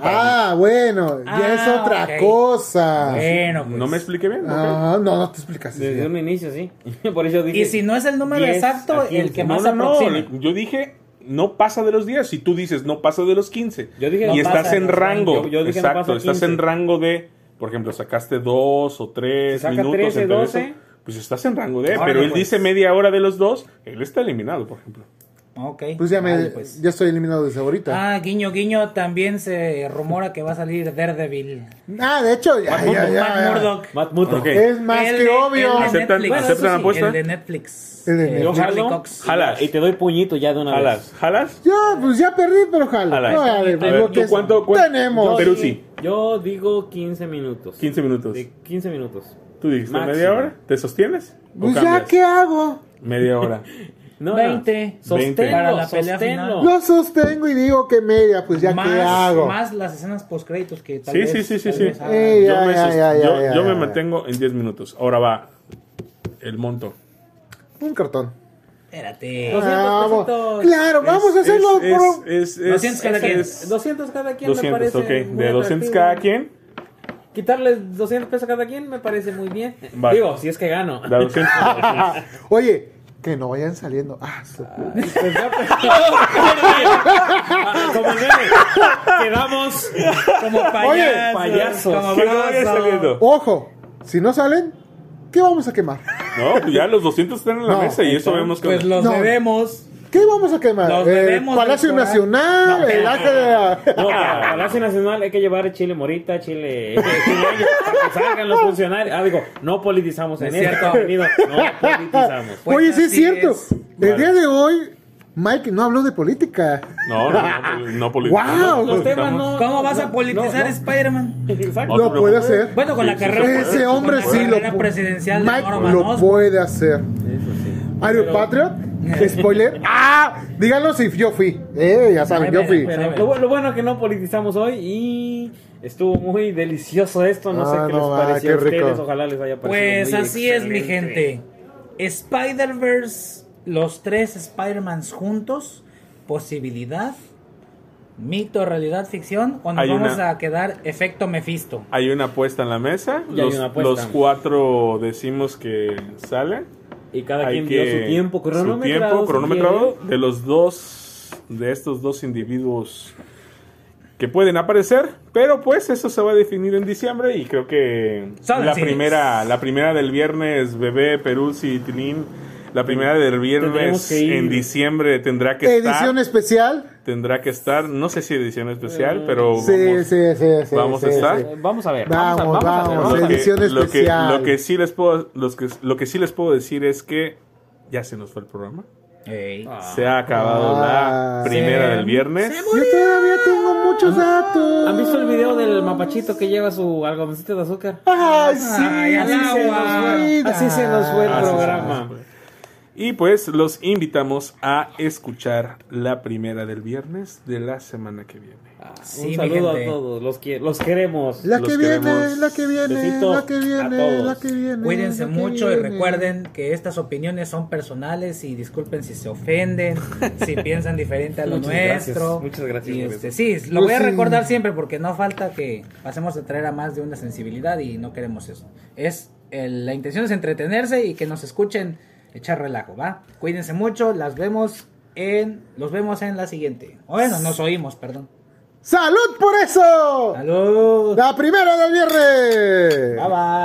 Speaker 3: ah, bueno, ya
Speaker 1: Ah,
Speaker 3: es otra
Speaker 1: ok.
Speaker 3: cosa.
Speaker 1: Bueno, pues.
Speaker 2: No me expliqué bien. ok.
Speaker 3: Ah, no, no te explicaste.
Speaker 4: Desde un inicio, sí. (laughs) Por eso dije.
Speaker 1: Y si no es el número
Speaker 4: 10 a
Speaker 1: exacto,
Speaker 4: 15.
Speaker 1: el que
Speaker 2: No,
Speaker 1: más
Speaker 2: no, no.
Speaker 1: aproxima.
Speaker 2: Yo dije, no pasa de los 10. Si tú dices, no pasa de los 15.
Speaker 4: Yo dije,
Speaker 2: y
Speaker 4: no
Speaker 2: estás
Speaker 1: pasa de
Speaker 2: en
Speaker 1: los
Speaker 2: rango.
Speaker 4: 20. Yo- yo dije, no
Speaker 2: exacto,
Speaker 4: pasa de
Speaker 2: estás
Speaker 4: 15.
Speaker 2: en rango de, por ejemplo, sacaste 2 o 3
Speaker 4: Saca
Speaker 2: minutos.
Speaker 4: 13,
Speaker 2: entre
Speaker 4: 12.
Speaker 2: eso, pues estás en rango de.
Speaker 1: Órale,
Speaker 2: pero él
Speaker 1: pues.
Speaker 2: dice media hora de los dos, él está eliminado, por ejemplo.
Speaker 1: Ok.
Speaker 3: Pues ya me,
Speaker 1: Vale, pues.
Speaker 3: ya estoy eliminado desde ahorita. Ah,
Speaker 1: Ah, guiño, guiño, también se rumora que va a salir Daredevil.
Speaker 3: Ah, de hecho, ya, ya, ya,
Speaker 1: Matt
Speaker 3: ya.
Speaker 1: Murdock.
Speaker 4: Matt Murdock. Eh,
Speaker 2: Ok.
Speaker 3: Es más
Speaker 1: El
Speaker 3: que
Speaker 1: de-
Speaker 3: obvio.
Speaker 1: el de
Speaker 2: ¿Aceptan-
Speaker 1: Netflix.
Speaker 2: aceptan
Speaker 1: Bueno,
Speaker 2: apuesta?
Speaker 1: El de Netflix.
Speaker 3: El de
Speaker 1: Eh,
Speaker 3: Netflix.
Speaker 1: Charlie
Speaker 4: Ojalá.
Speaker 1: Cox.
Speaker 2: Jalas.
Speaker 4: Y te doy puñito ya de una
Speaker 2: Jalas,
Speaker 4: vez.
Speaker 2: jalas.
Speaker 3: Ya, pues ya perdí, pero
Speaker 2: A la
Speaker 3: ojalá.
Speaker 2: vez.
Speaker 3: No, a ver,
Speaker 2: A ver,
Speaker 3: lo
Speaker 2: ¿tú
Speaker 3: que
Speaker 2: cuánto- cuánto-
Speaker 3: tenemos.
Speaker 2: Pero
Speaker 4: Yo-
Speaker 2: sí.
Speaker 4: Yo digo 15 minutos.
Speaker 2: 15 minutos.
Speaker 4: De 15 minutos.
Speaker 2: Tú dijiste
Speaker 4: Máximo.
Speaker 2: media hora. ¿Te sostienes? ¿O
Speaker 3: Pues ya,
Speaker 2: cambias?
Speaker 3: ¿qué hago?
Speaker 2: Media hora.
Speaker 4: No,
Speaker 1: 20.
Speaker 4: no. Sosténlo,
Speaker 2: 20.
Speaker 1: Para la pelea
Speaker 4: sosténlo.
Speaker 1: final.
Speaker 3: Yo sostengo y digo que media, pues ya,
Speaker 1: más,
Speaker 3: ¿qué hago?
Speaker 1: más las escenas post créditos que tal
Speaker 2: Sí,
Speaker 1: vez-
Speaker 2: sí, sí, sí,
Speaker 1: tal
Speaker 2: sí.
Speaker 1: vez Ah, hagan.
Speaker 3: Eh,
Speaker 2: Yo
Speaker 3: ya,
Speaker 2: me,
Speaker 3: ya,
Speaker 2: sost-
Speaker 3: ya,
Speaker 2: yo-
Speaker 3: ya,
Speaker 2: yo
Speaker 3: ya, ya.
Speaker 2: me mantengo en 10 minutos. Ahora va el monto.
Speaker 3: Un cartón.
Speaker 1: Espérate.
Speaker 4: Los- 200 pesitos.
Speaker 3: Ah, claro, vamos a hacerlo
Speaker 2: es,
Speaker 3: por...
Speaker 2: es- es-
Speaker 1: 200 cada
Speaker 2: es-
Speaker 1: quien.
Speaker 2: es-
Speaker 4: 200 cada quien
Speaker 2: 200,
Speaker 4: me
Speaker 2: ok.
Speaker 4: parece. muy
Speaker 2: De 200
Speaker 4: atractivo.
Speaker 2: cada quien.
Speaker 4: Quitarles 200 pesos a cada quien me parece muy bien.
Speaker 2: Vale.
Speaker 4: Digo, si es que gano. (laughs)
Speaker 2: De 200 cada quien.
Speaker 3: Oye, que no vayan saliendo. Ah, su-
Speaker 4: Pues ya, pues. (laughs) Ah, Como el meme. Quedamos.
Speaker 1: Como payasos.
Speaker 3: (laughs) Oye,
Speaker 4: payasos.
Speaker 1: Como
Speaker 2: Que no vaya
Speaker 1: payasos.
Speaker 2: saliendo.
Speaker 3: Ojo, si no salen, ¿qué vamos a quemar?
Speaker 2: No, pues ya los 200 están en la
Speaker 3: No,
Speaker 2: mesa y eso vemos que.
Speaker 1: Pues los
Speaker 3: No.
Speaker 1: debemos.
Speaker 3: ¿Qué vamos a quemar?
Speaker 1: Los
Speaker 3: Eh,
Speaker 1: bebemos
Speaker 3: Palacio
Speaker 1: del Corán.
Speaker 3: Nacional, el Ángel de la...
Speaker 4: No, para Palacio Nacional hay que llevar chile morita, chile. chile para que salgan los funcionarios. Ah, digo, no politizamos en
Speaker 1: Es
Speaker 4: este
Speaker 1: cierto.
Speaker 4: contenido. No politizamos.
Speaker 1: Pues
Speaker 3: Oye, sí es
Speaker 1: así
Speaker 3: cierto.
Speaker 1: es.
Speaker 3: El día de hoy, Mike no habló de política.
Speaker 2: No,
Speaker 4: (laughs)
Speaker 2: no, no, pues, no politizamos.
Speaker 3: Guau,
Speaker 4: Los temas no.
Speaker 1: ¿Cómo vas
Speaker 4: no,
Speaker 1: a politizar
Speaker 4: no,
Speaker 1: Spider-Man?
Speaker 4: no. Exacto.
Speaker 2: No
Speaker 3: Lo
Speaker 2: te
Speaker 3: puede
Speaker 2: preocupes.
Speaker 3: hacer.
Speaker 1: Bueno, con la
Speaker 2: Sí, sí,
Speaker 1: carrera.
Speaker 2: se puede.
Speaker 3: Ese hombre
Speaker 1: con
Speaker 3: sí
Speaker 1: la
Speaker 3: lo
Speaker 1: carrera
Speaker 3: pu-
Speaker 1: presidencial de
Speaker 3: Mike
Speaker 1: Norman
Speaker 3: lo
Speaker 1: Osborn.
Speaker 3: puede hacer.
Speaker 4: Eso sí.
Speaker 3: Ario
Speaker 4: Pero-
Speaker 1: (laughs)
Speaker 3: Patriot, spoiler. ¡Ah! Díganlo si yo fui. Eh, ya saben, yo fui.
Speaker 4: Pero lo, bu- lo bueno que no politizamos hoy y estuvo muy delicioso esto. No
Speaker 3: Ah,
Speaker 4: sé qué
Speaker 3: no, ah,
Speaker 4: les pareció a
Speaker 3: qué rico.
Speaker 4: ustedes. Ojalá les haya parecido.
Speaker 1: Pues
Speaker 4: muy
Speaker 1: así es, mi
Speaker 4: excelente.
Speaker 1: gente. Spider-Verse, los tres Spider-Mans juntos, posibilidad, mito, realidad, ficción, o nos
Speaker 2: Hay
Speaker 1: vamos
Speaker 2: una-
Speaker 1: a quedar efecto Mephisto.
Speaker 2: Hay una apuesta en la mesa.
Speaker 4: Y hay
Speaker 2: Los,
Speaker 4: una apuesta.
Speaker 2: los cuatro decimos que salen.
Speaker 4: Y cada
Speaker 2: Hay
Speaker 4: quien dio
Speaker 2: que-
Speaker 4: su tiempo cronometrado.
Speaker 2: su tiempo
Speaker 4: si
Speaker 2: cronometrado
Speaker 4: quiere.
Speaker 2: de los dos, de estos dos individuos que pueden aparecer, pero pues eso se va a definir en diciembre y creo que
Speaker 1: Son
Speaker 2: la
Speaker 1: así.
Speaker 2: primera, la primera del viernes, Bebé, Peruzzi y Tilín, la primera del viernes
Speaker 4: Tendremos que ir.
Speaker 2: en diciembre tendrá que
Speaker 3: Edición
Speaker 2: estar,
Speaker 3: especial.
Speaker 2: tendrá que estar, no sé si edición especial, pero
Speaker 3: Sí,
Speaker 2: vamos-
Speaker 3: sí, sí, sí.
Speaker 2: vamos a
Speaker 3: sí,
Speaker 2: estar.
Speaker 3: sí.
Speaker 4: Eh, Vamos a ver.
Speaker 3: Vamos,
Speaker 4: vamos, a, vamos,
Speaker 3: vamos,
Speaker 4: a ver.
Speaker 2: lo
Speaker 4: vamos a ver.
Speaker 3: edición
Speaker 2: lo
Speaker 3: especial.
Speaker 2: lo que sí les puedo, los que, lo que sí les puedo decir es que ya se nos fue el programa.
Speaker 1: Ey.
Speaker 2: Se ha acabado
Speaker 3: Ah.
Speaker 2: la primera
Speaker 1: Se-
Speaker 2: del viernes.
Speaker 3: Yo todavía tengo muchos datos.
Speaker 4: ¿Han visto el video del mapachito que lleva su algodoncito de azúcar?
Speaker 3: ¡Ay, sí!
Speaker 1: Ay, al
Speaker 3: así se
Speaker 1: agua.
Speaker 3: nos fue.
Speaker 4: Así se nos fue el
Speaker 2: Ah, sí,
Speaker 4: programa.
Speaker 2: sí, sí, sí. Y pues los invitamos a escuchar la primera del viernes de la semana que viene.
Speaker 4: Ah,
Speaker 1: Sí, mi
Speaker 4: un saludo a
Speaker 1: gente.
Speaker 4: todos, los, que, los queremos.
Speaker 3: La
Speaker 2: Los
Speaker 3: que viene,
Speaker 2: queremos.
Speaker 3: la que viene,
Speaker 4: Besitos
Speaker 3: la que
Speaker 4: a
Speaker 3: viene,
Speaker 4: todos.
Speaker 3: la que viene.
Speaker 1: Cuídense
Speaker 3: la que
Speaker 1: mucho y
Speaker 3: viene.
Speaker 1: recuerden que estas opiniones son personales y disculpen si se ofenden, si piensan diferente a lo
Speaker 4: Muchas gracias,
Speaker 1: nuestro.
Speaker 4: muchas gracias
Speaker 1: Y
Speaker 4: por
Speaker 1: este,
Speaker 4: eso.
Speaker 1: sí, lo
Speaker 3: Pues
Speaker 1: voy a
Speaker 3: sí.
Speaker 1: recordar siempre porque no falta que pasemos a traer a más de una sensibilidad y no queremos eso. Es el- la intención es entretenerse y que nos escuchen echar relajo, ¿va? Cuídense mucho, las vemos en los vemos en la siguiente. Bueno, nos oímos, perdón.
Speaker 3: ¡Salud por eso!
Speaker 1: Salud.
Speaker 3: La primera del viernes.
Speaker 1: Bye bye.